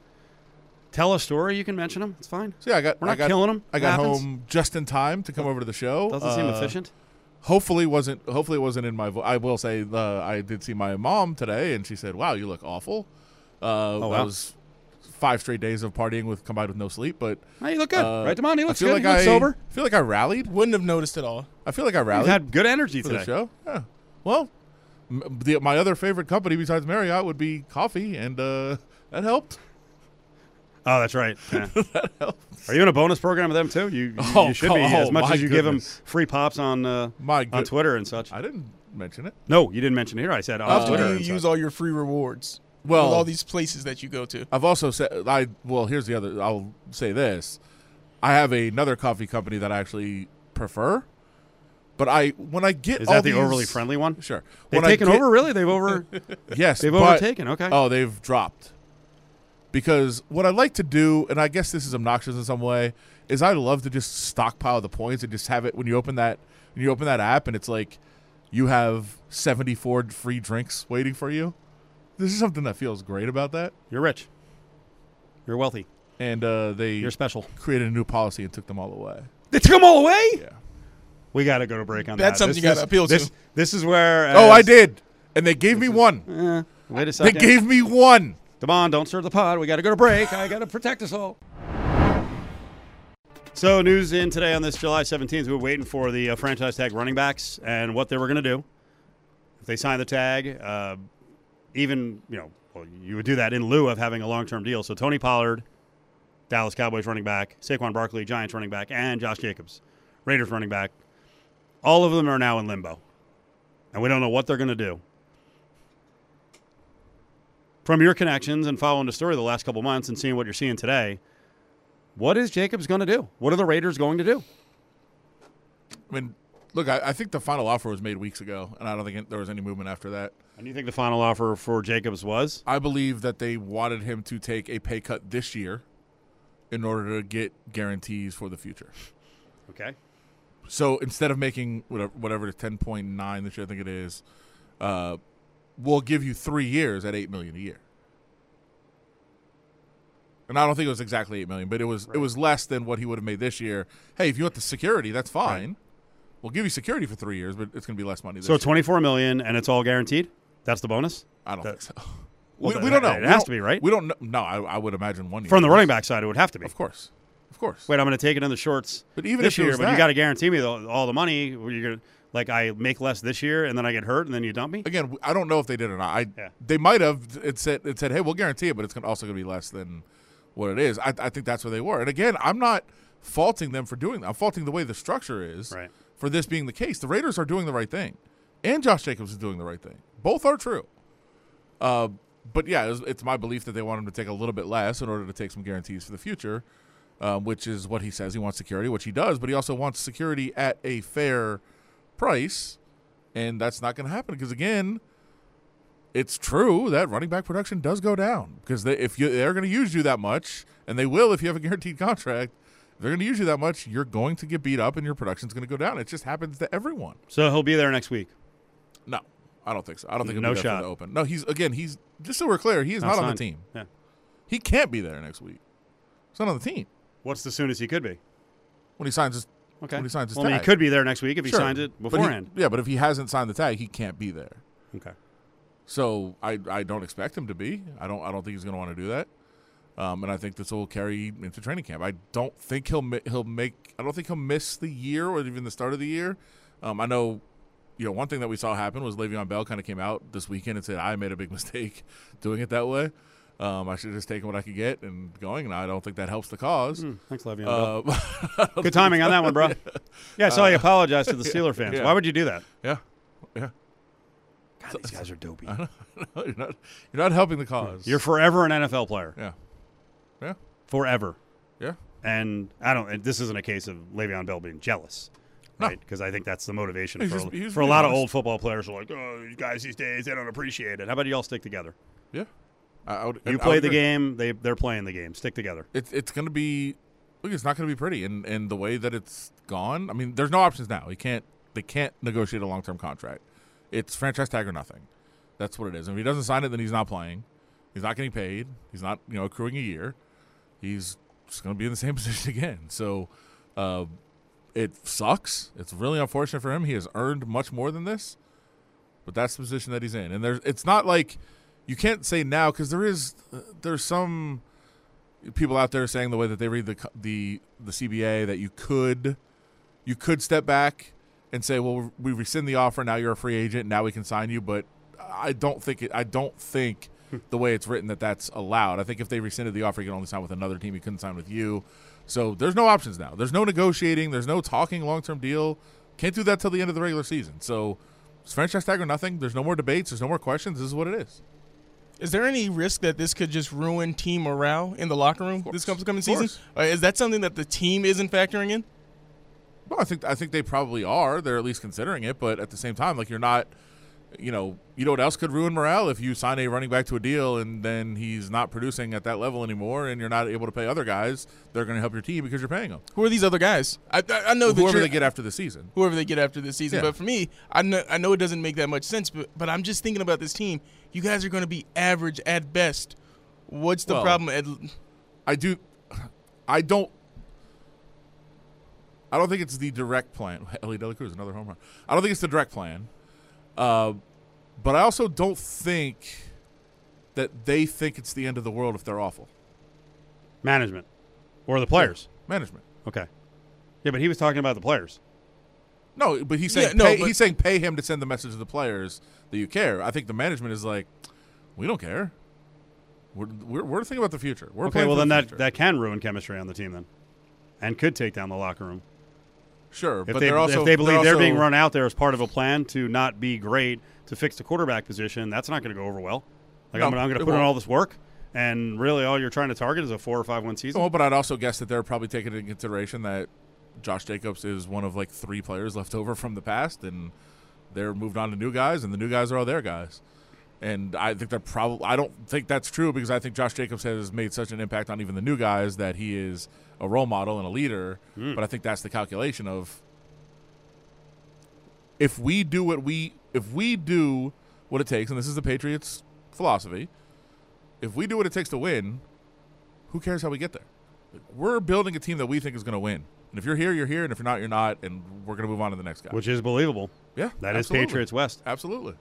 Speaker 3: tell a story. You can mention them. It's fine.
Speaker 4: so yeah, I got.
Speaker 3: We're
Speaker 4: I
Speaker 3: not
Speaker 4: got,
Speaker 3: killing 'em.
Speaker 4: I got
Speaker 3: It happens.
Speaker 4: home just in time to come over to the show.
Speaker 3: Doesn't seem
Speaker 4: Uh,
Speaker 3: efficient.
Speaker 4: Hopefully wasn't. Hopefully it wasn't in my. Vo- I will say uh, I did see my mom today, and she said, "Wow, you look awful." Uh,
Speaker 3: Oh, wow.
Speaker 4: That was five straight days of partying with combined with no sleep, but
Speaker 3: No, you look good,
Speaker 4: uh,
Speaker 3: right, Damon? You
Speaker 4: I
Speaker 3: look
Speaker 4: feel
Speaker 3: good.
Speaker 4: Like
Speaker 3: you look
Speaker 4: I,
Speaker 3: sober.
Speaker 4: I feel like I rallied.
Speaker 5: Wouldn't have noticed at all.
Speaker 4: I feel like I
Speaker 3: You've
Speaker 4: rallied
Speaker 3: had good energy
Speaker 4: for the
Speaker 3: today.
Speaker 4: show. Yeah. Well, m- the, my other favorite company besides Marriott would be coffee, and uh, that helped.
Speaker 3: Oh, that's right. Yeah. Are you in a bonus program with them too? You, you,
Speaker 4: Oh,
Speaker 3: you should be
Speaker 4: oh,
Speaker 3: as much
Speaker 4: my
Speaker 3: as you give 'em give
Speaker 4: goodness.
Speaker 3: them free pops on uh,
Speaker 4: My
Speaker 3: on
Speaker 4: good-
Speaker 3: Twitter and such.
Speaker 4: I didn't mention it.
Speaker 3: no, you didn't mention it here. I said on
Speaker 5: How often
Speaker 3: Uh, Twitter.
Speaker 5: do you
Speaker 3: and such.
Speaker 5: use all your free rewards?
Speaker 4: Well-
Speaker 5: with all these places that you go to.
Speaker 4: I've also said I well here's the other I'll say this. I have another coffee company that I actually prefer. But I when I get
Speaker 3: Is
Speaker 4: all
Speaker 3: that the
Speaker 4: these-
Speaker 3: overly friendly one?
Speaker 4: Sure.
Speaker 3: They've
Speaker 4: When I
Speaker 3: taken
Speaker 4: get-
Speaker 3: over, really? They've over.
Speaker 4: Yes.
Speaker 3: They've
Speaker 4: but-
Speaker 3: overtaken, okay.
Speaker 4: Oh, they've dropped. Because what I like to do, and I guess this is obnoxious in some way, is I love to just stockpile the points and just have it when you open that when you open that app and it's like you have seventy four free drinks waiting for you. This is something that feels great about that.
Speaker 3: You're rich. You're wealthy.
Speaker 4: And uh, they
Speaker 3: You're special.
Speaker 4: created a new policy and took them all away.
Speaker 3: They took them all away.
Speaker 4: Yeah.
Speaker 3: We got to go to break on
Speaker 5: That's
Speaker 3: that.
Speaker 5: something you gotta
Speaker 3: this-
Speaker 5: appeal to.
Speaker 3: This, this is where.
Speaker 4: Oh,
Speaker 3: as-
Speaker 4: I did. And they gave me one.
Speaker 3: Eh, wait a
Speaker 4: They
Speaker 3: second.
Speaker 4: gave me one.
Speaker 3: Damon, don't stir the pot. We got to go to break. I got to protect us all. So, news in today on this July 17th. We were waiting for the uh, franchise tag running backs and what they were going to do. If they signed the tag, uh, even, you know, well, you would do that in lieu of having a long term deal. So, Tony Pollard, Dallas Cowboys running back, Saquon Barkley, Giants running back, and Josh Jacobs, Raiders running back. All of them are now in limbo. And we don't know what they're going to do from your connections and following the story the last couple months and seeing what you're seeing today, what is Jacobs going to do? What are the Raiders going to do?
Speaker 4: I mean, look, I, I think the final offer was made weeks ago, and I don't think it- there was any movement after that.
Speaker 3: And you think the final offer for Jacobs was?
Speaker 4: I believe that they wanted him to take a pay cut this year in order to get guarantees for the future.
Speaker 3: Okay.
Speaker 4: So instead of making whatever, whatever the ten point nine this year, I think it is, uh, we'll give you three years at eight million a year. And I don't think it was exactly eight million, but it was it was less than what he would have made this year. Hey, if you want the security, that's fine. We'll give you security for three years, but it's going to be less money. This
Speaker 3: So
Speaker 4: year.
Speaker 3: 24 million and it's all guaranteed? That's the bonus?
Speaker 4: I don't
Speaker 3: that-
Speaker 4: think so.
Speaker 3: Well,
Speaker 4: we,
Speaker 3: that-
Speaker 4: we don't know.
Speaker 3: it
Speaker 4: We
Speaker 3: has
Speaker 4: don't-
Speaker 3: to be, right?
Speaker 4: We don't know. No, I, I would imagine one year
Speaker 3: From the running back side it would have to be.
Speaker 4: of course. Of course.
Speaker 3: Wait, I'm going to take it in the shorts.
Speaker 4: But even
Speaker 3: this
Speaker 4: if it
Speaker 3: year,
Speaker 4: was
Speaker 3: but
Speaker 4: that-
Speaker 3: you got to guarantee me the, all the money. or You're gonna like I make less this year, and then I get hurt, and then you dump me.
Speaker 4: Again, w- I don't know if they did or not. I
Speaker 3: Yeah.
Speaker 4: they might have. It said it said, hey, we'll guarantee it, but it's gonna also going to be less than what it is. I, I think that's where they were. And again, I'm not faulting them for doing that. I'm faulting the way the structure is
Speaker 3: Right.
Speaker 4: for this being the case. The Raiders are doing the right thing, and Josh Jacobs is doing the right thing. Both are true. Uh, but yeah, it's, it's my belief that they want him to take a little bit less in order to take some guarantees for the future, um, which is what he says he wants security, which he does, but he also wants security at a fair price, and that's not going to happen because again, it's true that running back production does go down because they, if you, they're going to use you that much, and they will if you have a guaranteed contract. if They're going to use you that much. You're going to get beat up, and your production's going to go down. It just happens to everyone.
Speaker 3: So he'll be there next week.
Speaker 4: No, I don't think so. I don't think he'll
Speaker 3: No
Speaker 4: be there
Speaker 3: shot.
Speaker 4: for the open. No, he's again. He's just so we're clear. He is not on the
Speaker 3: signed.
Speaker 4: team.
Speaker 3: Yeah.
Speaker 4: He can't be there next week. He's not on the team
Speaker 3: What's the soonest he could be?
Speaker 4: when he signs his.
Speaker 3: Okay.
Speaker 4: When he signs his
Speaker 3: well, I mean,
Speaker 4: tag.
Speaker 3: he could be there next week if he
Speaker 4: Sure.
Speaker 3: signs it
Speaker 4: But he-
Speaker 3: beforehand.
Speaker 4: yeah, but if he hasn't signed the tag, he can't be there.
Speaker 3: okay.
Speaker 4: So I, I don't expect him to be. I don't I don't think he's going to want to do that. Um, and I think this will carry into training camp. I don't think he'll mi- he'll make. I don't think he'll miss the year or even the start of the year. Um, I know, you know, one thing that we saw happen was Le'Veon Bell kind of came out this weekend and said, "I made a big mistake doing it that way. Um, I should have just taken what I could get and going." And I don't think that helps the cause.
Speaker 3: Thanks, Le'Veon. Bell.
Speaker 4: Uh,
Speaker 3: Hmm. Good timing on that one, bro. Yeah, so I apologize to the Steeler fans.
Speaker 4: yeah.
Speaker 3: Why would you do that?
Speaker 4: yeah, yeah.
Speaker 3: God, these guys are dopey.
Speaker 4: you're not you're not helping the cause.
Speaker 3: You're forever an NFL player,
Speaker 4: yeah, yeah,
Speaker 3: forever.
Speaker 4: yeah.
Speaker 3: And I don't. and This isn't a case of Le'Veon Bell being jealous,
Speaker 4: No.
Speaker 3: right? Because I think that's the motivation
Speaker 4: He's
Speaker 3: for,
Speaker 4: just- he's
Speaker 3: for a lot of
Speaker 4: honest.
Speaker 3: old football players. Are like, oh, you guys these days they don't appreciate it. How about you all stick together?
Speaker 4: Yeah. I, I would, I
Speaker 3: You
Speaker 4: would
Speaker 3: play the
Speaker 4: agree.
Speaker 3: game. They they're playing the game. Stick together.
Speaker 4: It's it's gonna be look. It's not gonna be pretty, and and the way that it's gone. I mean, there's no options now. You can't. They can't negotiate a long term contract. It's franchise tag or nothing. That's what it is. And if he doesn't sign it, then he's not playing. He's not getting paid. He's not you know accruing a year. He's just gonna be in the same position again. So. Uh, it sucks. It's really unfortunate for him. He has earned much more than this, but that's the position that he's in. And there's, it's not like you can't say now because there is, uh, there's some people out there saying the way that they read the co- the the CBA that you could, you could step back and say, well, we rescind the offer. Now you're a free agent. Now we can sign you. But I don't think it. I don't think. The way it's written, that that's allowed. I think if they rescinded the offer, you can only sign with another team. You couldn't sign with you. So there's no options now. There's no negotiating. There's no talking long term deal. Can't do that till the end of the regular season. So it's franchise tag or nothing. There's no more debates. There's no more questions. This is what it is.
Speaker 5: Is there any risk that this could just ruin team morale in the locker room
Speaker 4: course.
Speaker 5: this comes- coming
Speaker 4: Of
Speaker 5: season?
Speaker 4: course.
Speaker 5: Uh, is that something that the team isn't factoring in?
Speaker 4: Well, I think I think they probably are. They're at least considering it. But at the same time, like you're not. You know, you know what else could ruin morale if you sign a running back to a deal and then he's not producing at that level anymore, and you're not able to pay other guys. They're going to help your team because you're paying them.
Speaker 5: Who are these other guys? I, I, I know that
Speaker 4: Whoever
Speaker 5: Oh, you're-
Speaker 4: they get after the season,
Speaker 5: whoever they get after this season.
Speaker 4: Yeah.
Speaker 5: But for me, I know I know it doesn't make that much sense. But but I'm just thinking about this team. You guys are going to be average at best. What's the
Speaker 4: Well-
Speaker 5: problem? At,
Speaker 4: I do. I don't. I don't think it's the direct plan. Ellie Dela Cruz, another home run. I don't think it's the direct plan. Uh, but I also don't think that they think it's the end of the world if they're awful.
Speaker 3: Management or the players.
Speaker 4: Management.
Speaker 3: Okay. Yeah, but he was talking about the players.
Speaker 4: No, but he's saying
Speaker 5: Yeah, no,
Speaker 4: pay,
Speaker 5: but-
Speaker 4: he's saying pay him to send the message to the players that you care. I think the management is like, we don't care. We're we're, we're thinking about the future. We're
Speaker 3: Okay,
Speaker 4: playing
Speaker 3: well
Speaker 4: for
Speaker 3: then
Speaker 4: the
Speaker 3: that,
Speaker 4: future.
Speaker 3: that can ruin chemistry on the team then, and could take down the locker room.
Speaker 4: sure.
Speaker 3: If
Speaker 4: but
Speaker 3: they
Speaker 4: are also
Speaker 3: if they believe they're,
Speaker 4: also-
Speaker 3: being run out there as part of a plan to not be great to fix the quarterback position, that's not going to go over well. Like
Speaker 4: No,
Speaker 3: I'm, gonna- I'm going
Speaker 4: it
Speaker 3: to put in
Speaker 4: won't.
Speaker 3: all this work, and really all you're trying to target is a four or five win season.
Speaker 4: Well, Oh, but I'd also guess that they're probably taking into consideration that Josh Jacobs is one of like three players left over from the past, and they're moved on to new guys, and the new guys are all their guys. And I think they're probably. I don't think that's true because I think Josh Jacobs has made such an impact on even the new guys that he is a role model and a leader. But I think that's the calculation of if we do what we if we do what it takes, and this is the Patriots' philosophy. If we do what it takes to win, who cares how we get there? We're building a team that we think is going to win. And if you're here, you're here. And if you're not, you're not. And we're going to move on to the next guy.
Speaker 3: which is believable.
Speaker 4: yeah,
Speaker 3: That is
Speaker 4: absolutely.
Speaker 3: Patriots West.
Speaker 4: Absolutely.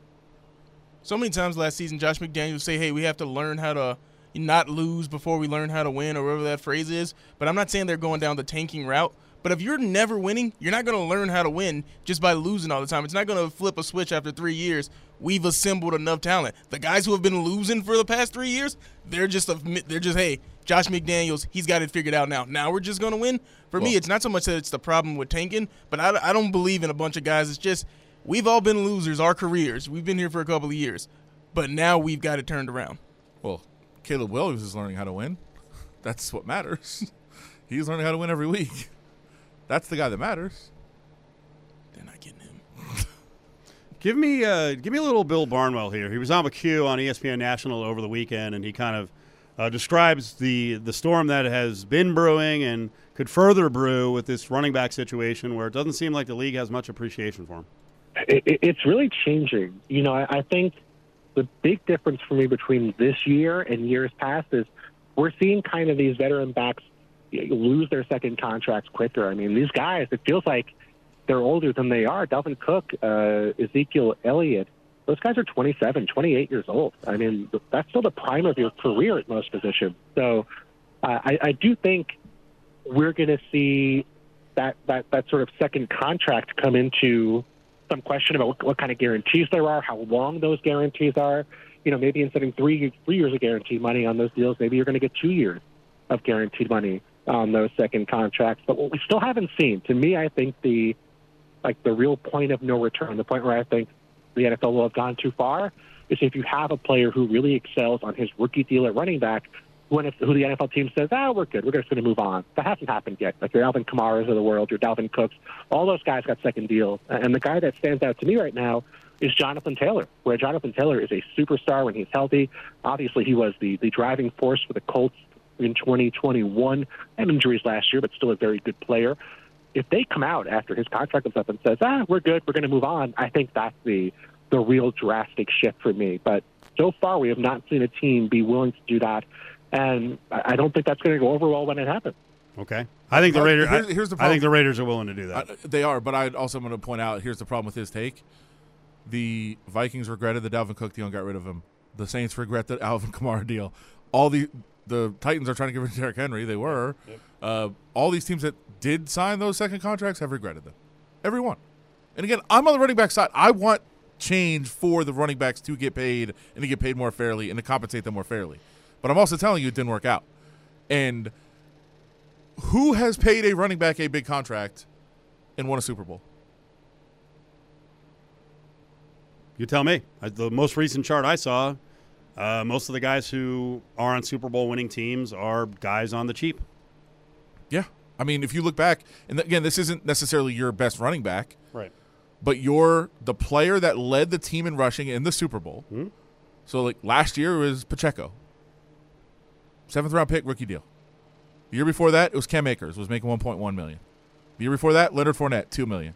Speaker 5: so many times last season, Josh McDaniels say, "Hey, we have to learn how to." not lose before we learn how to win or whatever that phrase is. But I'm not saying they're going down the tanking route. But if you're never winning, you're not going to learn how to win just by losing all the time. It's not going to flip a switch after three years. We've assembled enough talent. The guys who have been losing for the past three years, they're just a, they're just hey, Josh McDaniels, he's got it figured out now. Now we're just going to win. For me, it's not so much that it's the problem with tanking, but I, I don't believe in a bunch of guys. It's just we've all been losers our careers. We've been here for a couple of years, but now we've got it turned around.
Speaker 4: Well, Caleb Williams is learning how to win. That's what matters. He's learning how to win every week. That's the guy that matters.
Speaker 5: They're not getting him.
Speaker 3: Give me, uh, give me a little Bill Barnwell here. He was on with Q on E ESPN National over the weekend, and he kind of uh, describes the the storm that has been brewing and could further brew with this running back situation, where it doesn't seem like the league has much appreciation for him.
Speaker 7: it, it- it's really changing. You know, I, I think the big difference for me between this year and years past is we're seeing kind of these veteran backs lose their second contracts quicker. I mean, these guys, it feels like they're older than they are. Delvin Cook, uh, Ezekiel Elliott, those guys are 27, 28 years old. I mean, that's still the prime of your career at most positions. So uh, I, I do think we're going to see that, that, that sort of second contract come into some question about what, what kind of guarantees there are, how long those guarantees are. You know, maybe instead of three three years of guaranteed money on those deals, maybe you're going to get two years of guaranteed money on those second contracts. But what we still haven't seen, to me, I think the like the real point of no return, the point where I think the NFL will have gone too far, is if you have a player who really excels on his rookie deal at running back, who, if, who the NFL team says, ah, we're good, we're just going to move on. That hasn't happened yet. Like your Alvin Kamara's of the world, your Dalvin Cooks, all those guys got second deals. And the guy that stands out to me right now is Jonathan Taylor, where Jonathan Taylor is a superstar when he's healthy. Obviously, he was the, the driving force for the Colts in 2021 and injuries last year, but still a very good player if they come out after his contract comes up and says, "Ah, we're good, we're going to move on," I think that's the the real drastic shift for me. But so far, we have not seen a team be willing to do that, and I I don't think that's going to go over well when it happens.
Speaker 3: Okay, I think the
Speaker 4: Well,
Speaker 3: Raiders.
Speaker 4: here's-
Speaker 3: I,
Speaker 4: here's the
Speaker 3: I think
Speaker 4: problem.
Speaker 3: the Raiders are willing to do that.
Speaker 4: I, they are, but I also am going to point out here's the problem with his take. The Vikings regretted the Dalvin Cook deal and got rid of him. The Saints regret the Alvin Kamara deal. All the the Titans are trying to get rid of Derrick Henry. They were. Uh, all these teams that did sign those second contracts have regretted them. Every one. And again, I'm on the running back side. I want change for the running backs to get paid and to get paid more fairly and to compensate them more fairly. But I'm also telling you it didn't work out. And who has paid a running back a big contract and won a Super Bowl.
Speaker 3: You tell me. Uh, The most recent chart I saw, uh, most of the guys who are on Super Bowl winning teams are guys on the cheap.
Speaker 4: Yeah. I mean, if you look back, and again, this isn't necessarily your best running back,
Speaker 3: Right.
Speaker 4: but you're the player that led the team in rushing in the Super Bowl. So, like last year it was Pacheco, seventh round pick, rookie deal. The year before that, it was Cam Akers, was making 1.1 million. The year before that, Leonard Fournette, two million.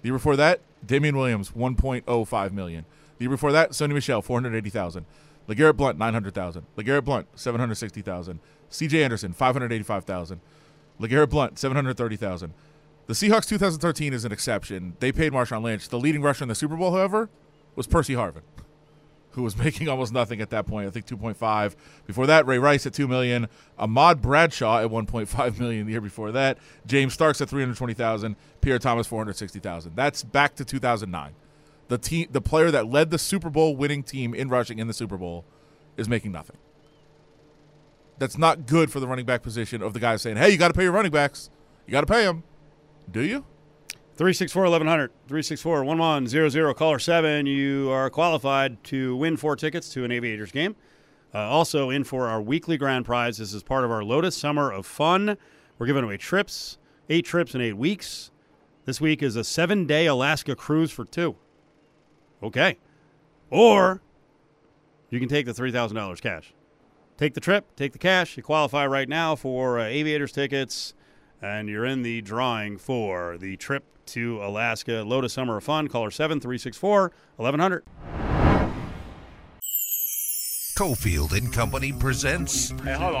Speaker 4: The year before that, Damian Williams, 1.05 million. The year before that, Sony Michelle, 480,000. LeGarrette Blunt, 900,000. LeGarrette Blunt, 760,000. CJ Anderson, 585,000. LeGarrette Blunt, 730,000. The Seahawks 2013 is an exception. They paid Marshawn Lynch. The leading rusher in the Super Bowl, however, was Percy Harvin, who was making almost nothing at that point. I think 2.5. Before that, Ray Rice at 2 million, Ahmad Bradshaw at 1.5 million the year before that, James Starks at 320,000, Pierre Thomas 460,000. That's back to 2009. The team, the player that led the Super Bowl winning team in rushing in the Super Bowl, is making nothing. That's not good for the running back position of the guy saying, "Hey, you got to pay your running backs. You got to pay them." Do you?
Speaker 3: 364 1100, 364 1100, caller 7. You are qualified to win four tickets to an Aviators game. Uh, also, in for our weekly grand prize. This is part of our Lotus Summer of Fun. We're giving away trips, eight trips in eight weeks. This week is a seven day Alaska cruise for two. Okay. Or you can take the $3,000 cash. Take the trip, take the cash. You qualify right now for uh, Aviators tickets, and you're in the drawing for the trip to Alaska. Lotus Summer of Fun, caller 7364 1100.
Speaker 2: Cofield and Company presents Grab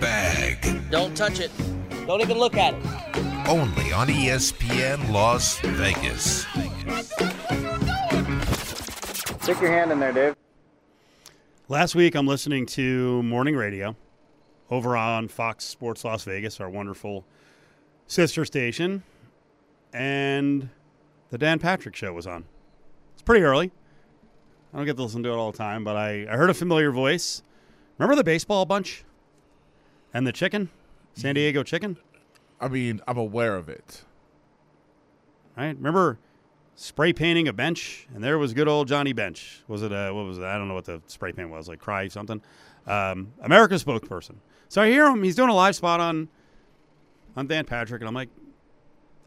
Speaker 2: Bag.
Speaker 8: Don't touch it. Don't even look at it.
Speaker 2: Only on E ESPN Las Vegas.
Speaker 9: Stick your hand in there, Dave.
Speaker 3: Last week, I'm listening to morning radio over on Fox Sports Las Vegas, our wonderful sister station, and the Dan Patrick show was on. It's pretty early. I don't get to listen to it all the time, but I, I heard a familiar voice. Remember the baseball bunch? And the chicken? San Diego chicken?
Speaker 4: I mean, I'm aware of it.
Speaker 3: right? Remember spray painting a bench, and there was good old Johnny Bench. Was it uh what was it? I don't know what the spray paint was, like cry something. Um, America spokesperson. So I hear him. He's doing a live spot on on Dan Patrick, and I'm like,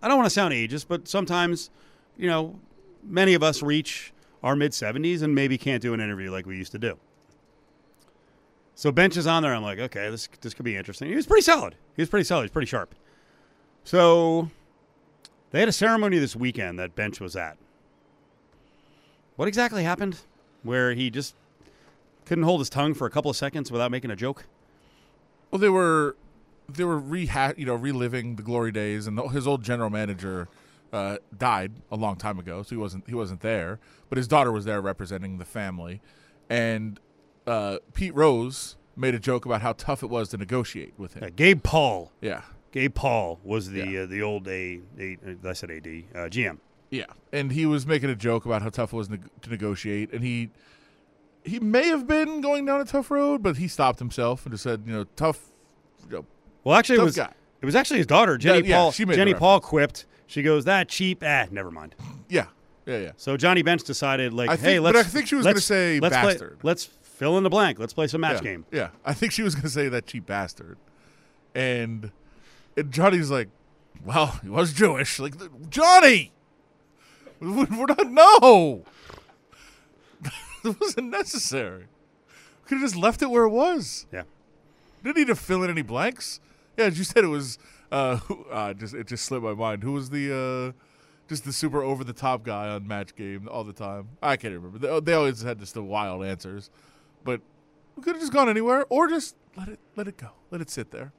Speaker 3: I don't want to sound ageist, but sometimes, you know, many of us reach our mid 70s and maybe can't do an interview like we used to do. So bench is on there. I'm like, okay, this this could be interesting. He was pretty solid. He was pretty solid. He's pretty sharp. So they had a ceremony this weekend that Bench was at. What exactly happened? Where he just couldn't hold his tongue for a couple of seconds without making a joke?
Speaker 4: Well, they were they were reha- you know reliving the glory days, and the, his old general manager uh, died a long time ago, so he wasn't he wasn't there. But his daughter was there representing the family, and uh, Pete Rose made a joke about how tough it was to negotiate with
Speaker 3: Yeah,
Speaker 4: him.
Speaker 3: Uh, Gabe Paul.
Speaker 4: Yeah,
Speaker 3: Gabe Paul was the
Speaker 4: Yeah.
Speaker 3: uh, the old A, A I said AD uh, GM.
Speaker 4: yeah, and he was making a joke about how tough it was neg- to negotiate, and he he may have been going down a tough road, but he stopped himself and just said, you know, tough. You know,
Speaker 3: Well, actually, it
Speaker 4: Tough
Speaker 3: was
Speaker 4: guy.
Speaker 3: it was actually his daughter, Jenny
Speaker 4: yeah,
Speaker 3: Paul.
Speaker 4: she made the
Speaker 3: Jenny Paul quipped. She goes, "That cheap, ah, never mind."
Speaker 4: yeah, yeah, yeah.
Speaker 3: So Johnny Bench decided, like,
Speaker 4: I
Speaker 3: "Hey,
Speaker 4: think- but
Speaker 3: let's."
Speaker 4: I think she was
Speaker 3: let's-
Speaker 4: gonna say
Speaker 3: let's play-
Speaker 4: bastard.
Speaker 3: let's fill in the blank. Let's play some match
Speaker 4: yeah.
Speaker 3: game.
Speaker 4: Yeah, I think she was gonna say that cheap bastard, and, and Johnny's like, well, he was Jewish. Like Johnny, we're we're not no. it wasn't necessary. We could have just left it where it was.
Speaker 3: Yeah.
Speaker 4: Didn't need to fill in any blanks. Yeah, as you said, it was. Uh, who, uh, just it just slipped my mind. Who was the uh, just the super over the top guy on Match Game all the time? I can't remember. They, they always had just the wild answers, but we could have just gone anywhere or just let it let it go, let it sit there.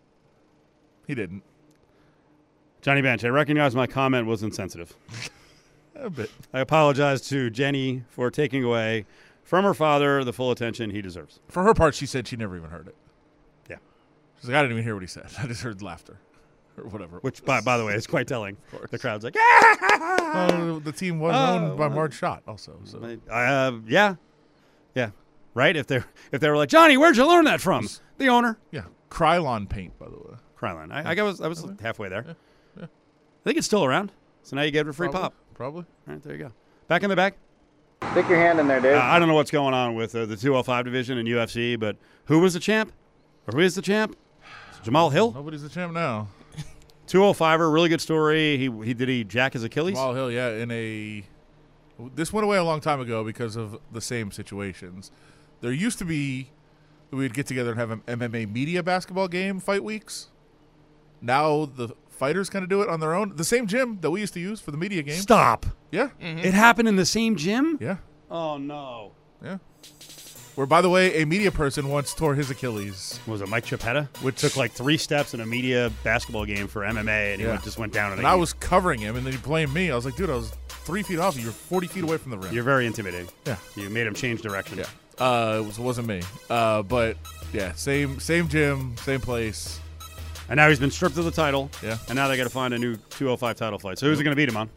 Speaker 4: He didn't
Speaker 3: Johnny Bench, I recognize my comment was insensitive.
Speaker 4: a bit.
Speaker 3: I apologize to Jenny for taking away from her father the full attention he deserves.
Speaker 4: For her part, she said she never even heard it.
Speaker 3: Yeah.
Speaker 4: She's like, I didn't even hear what he said. I just heard laughter or whatever. it
Speaker 3: Which,
Speaker 4: was.
Speaker 3: by, by the way, is quite telling.
Speaker 4: course.
Speaker 3: The crowd's like, ah!
Speaker 4: Uh, the team was owned by Marge Schott also. So.
Speaker 3: Uh, yeah, yeah, right. If they if they were like Johnny, where'd you learn that from? The owner,
Speaker 4: Yeah, Krylon paint, by the way.
Speaker 3: Krylon. I, I was I was halfway there. I think it's still around. So now you get a free pop.
Speaker 4: Probably.
Speaker 3: All right, there you go. Back in the back.
Speaker 9: Stick your hand in there, dude.
Speaker 3: Uh, I don't know what's going on with uh, the 205 division and UFC, but who was the champ? Or who is the champ? Is it Jamal Hill.
Speaker 4: Nobody's the champ now.
Speaker 3: 205er, really good story. He, he did he jack his Achilles.
Speaker 4: Jamal Hill, yeah, in a this went away a long time ago because of the same situations. There used to be we'd get together and have an MMA media basketball game fight weeks. Now the fighters kind of do it on their own. The same gym that we used to use for the media game.
Speaker 3: Stop. Mm-hmm.
Speaker 4: Yeah,
Speaker 3: It happened in the same gym?
Speaker 4: yeah,
Speaker 3: Oh no.
Speaker 4: yeah. Where, by the way, a media person once tore his Achilles.
Speaker 3: Was it Mike Chapetta?
Speaker 4: Which-
Speaker 3: took like three steps in a media basketball game for MMA and he
Speaker 4: Yeah.
Speaker 3: went, just went down in
Speaker 4: And
Speaker 3: a
Speaker 4: I
Speaker 3: heap.
Speaker 4: was covering him, and then he blamed me. I was like, dude, I was three feet off. you. You're 40 feet away from the rim.
Speaker 3: You're very intimidating.
Speaker 4: Yeah.
Speaker 3: You made him change direction.
Speaker 4: Yeah. Uh, it was, wasn't me. Uh, but yeah, same same gym, same place.
Speaker 3: And now he's been stripped of the title.
Speaker 4: Yeah.
Speaker 3: And now they gotta find a new 205 title fight. So who's it gonna beat him on?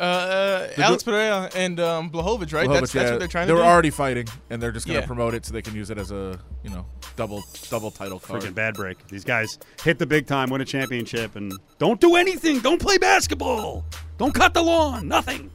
Speaker 5: Uh, uh, Alex Pereira and um, Blahovic, right?
Speaker 4: Well, but
Speaker 5: that's that's
Speaker 4: yeah,
Speaker 5: what they're trying
Speaker 4: they
Speaker 5: to
Speaker 4: were
Speaker 5: do.
Speaker 4: already fighting, and they're just gonna
Speaker 5: Yeah.
Speaker 4: promote it so they can use it as a you know double double title card.
Speaker 3: Freaking bad break. These guys hit the big time, win a championship, and don't do anything. Don't play basketball. Don't cut the lawn. Nothing.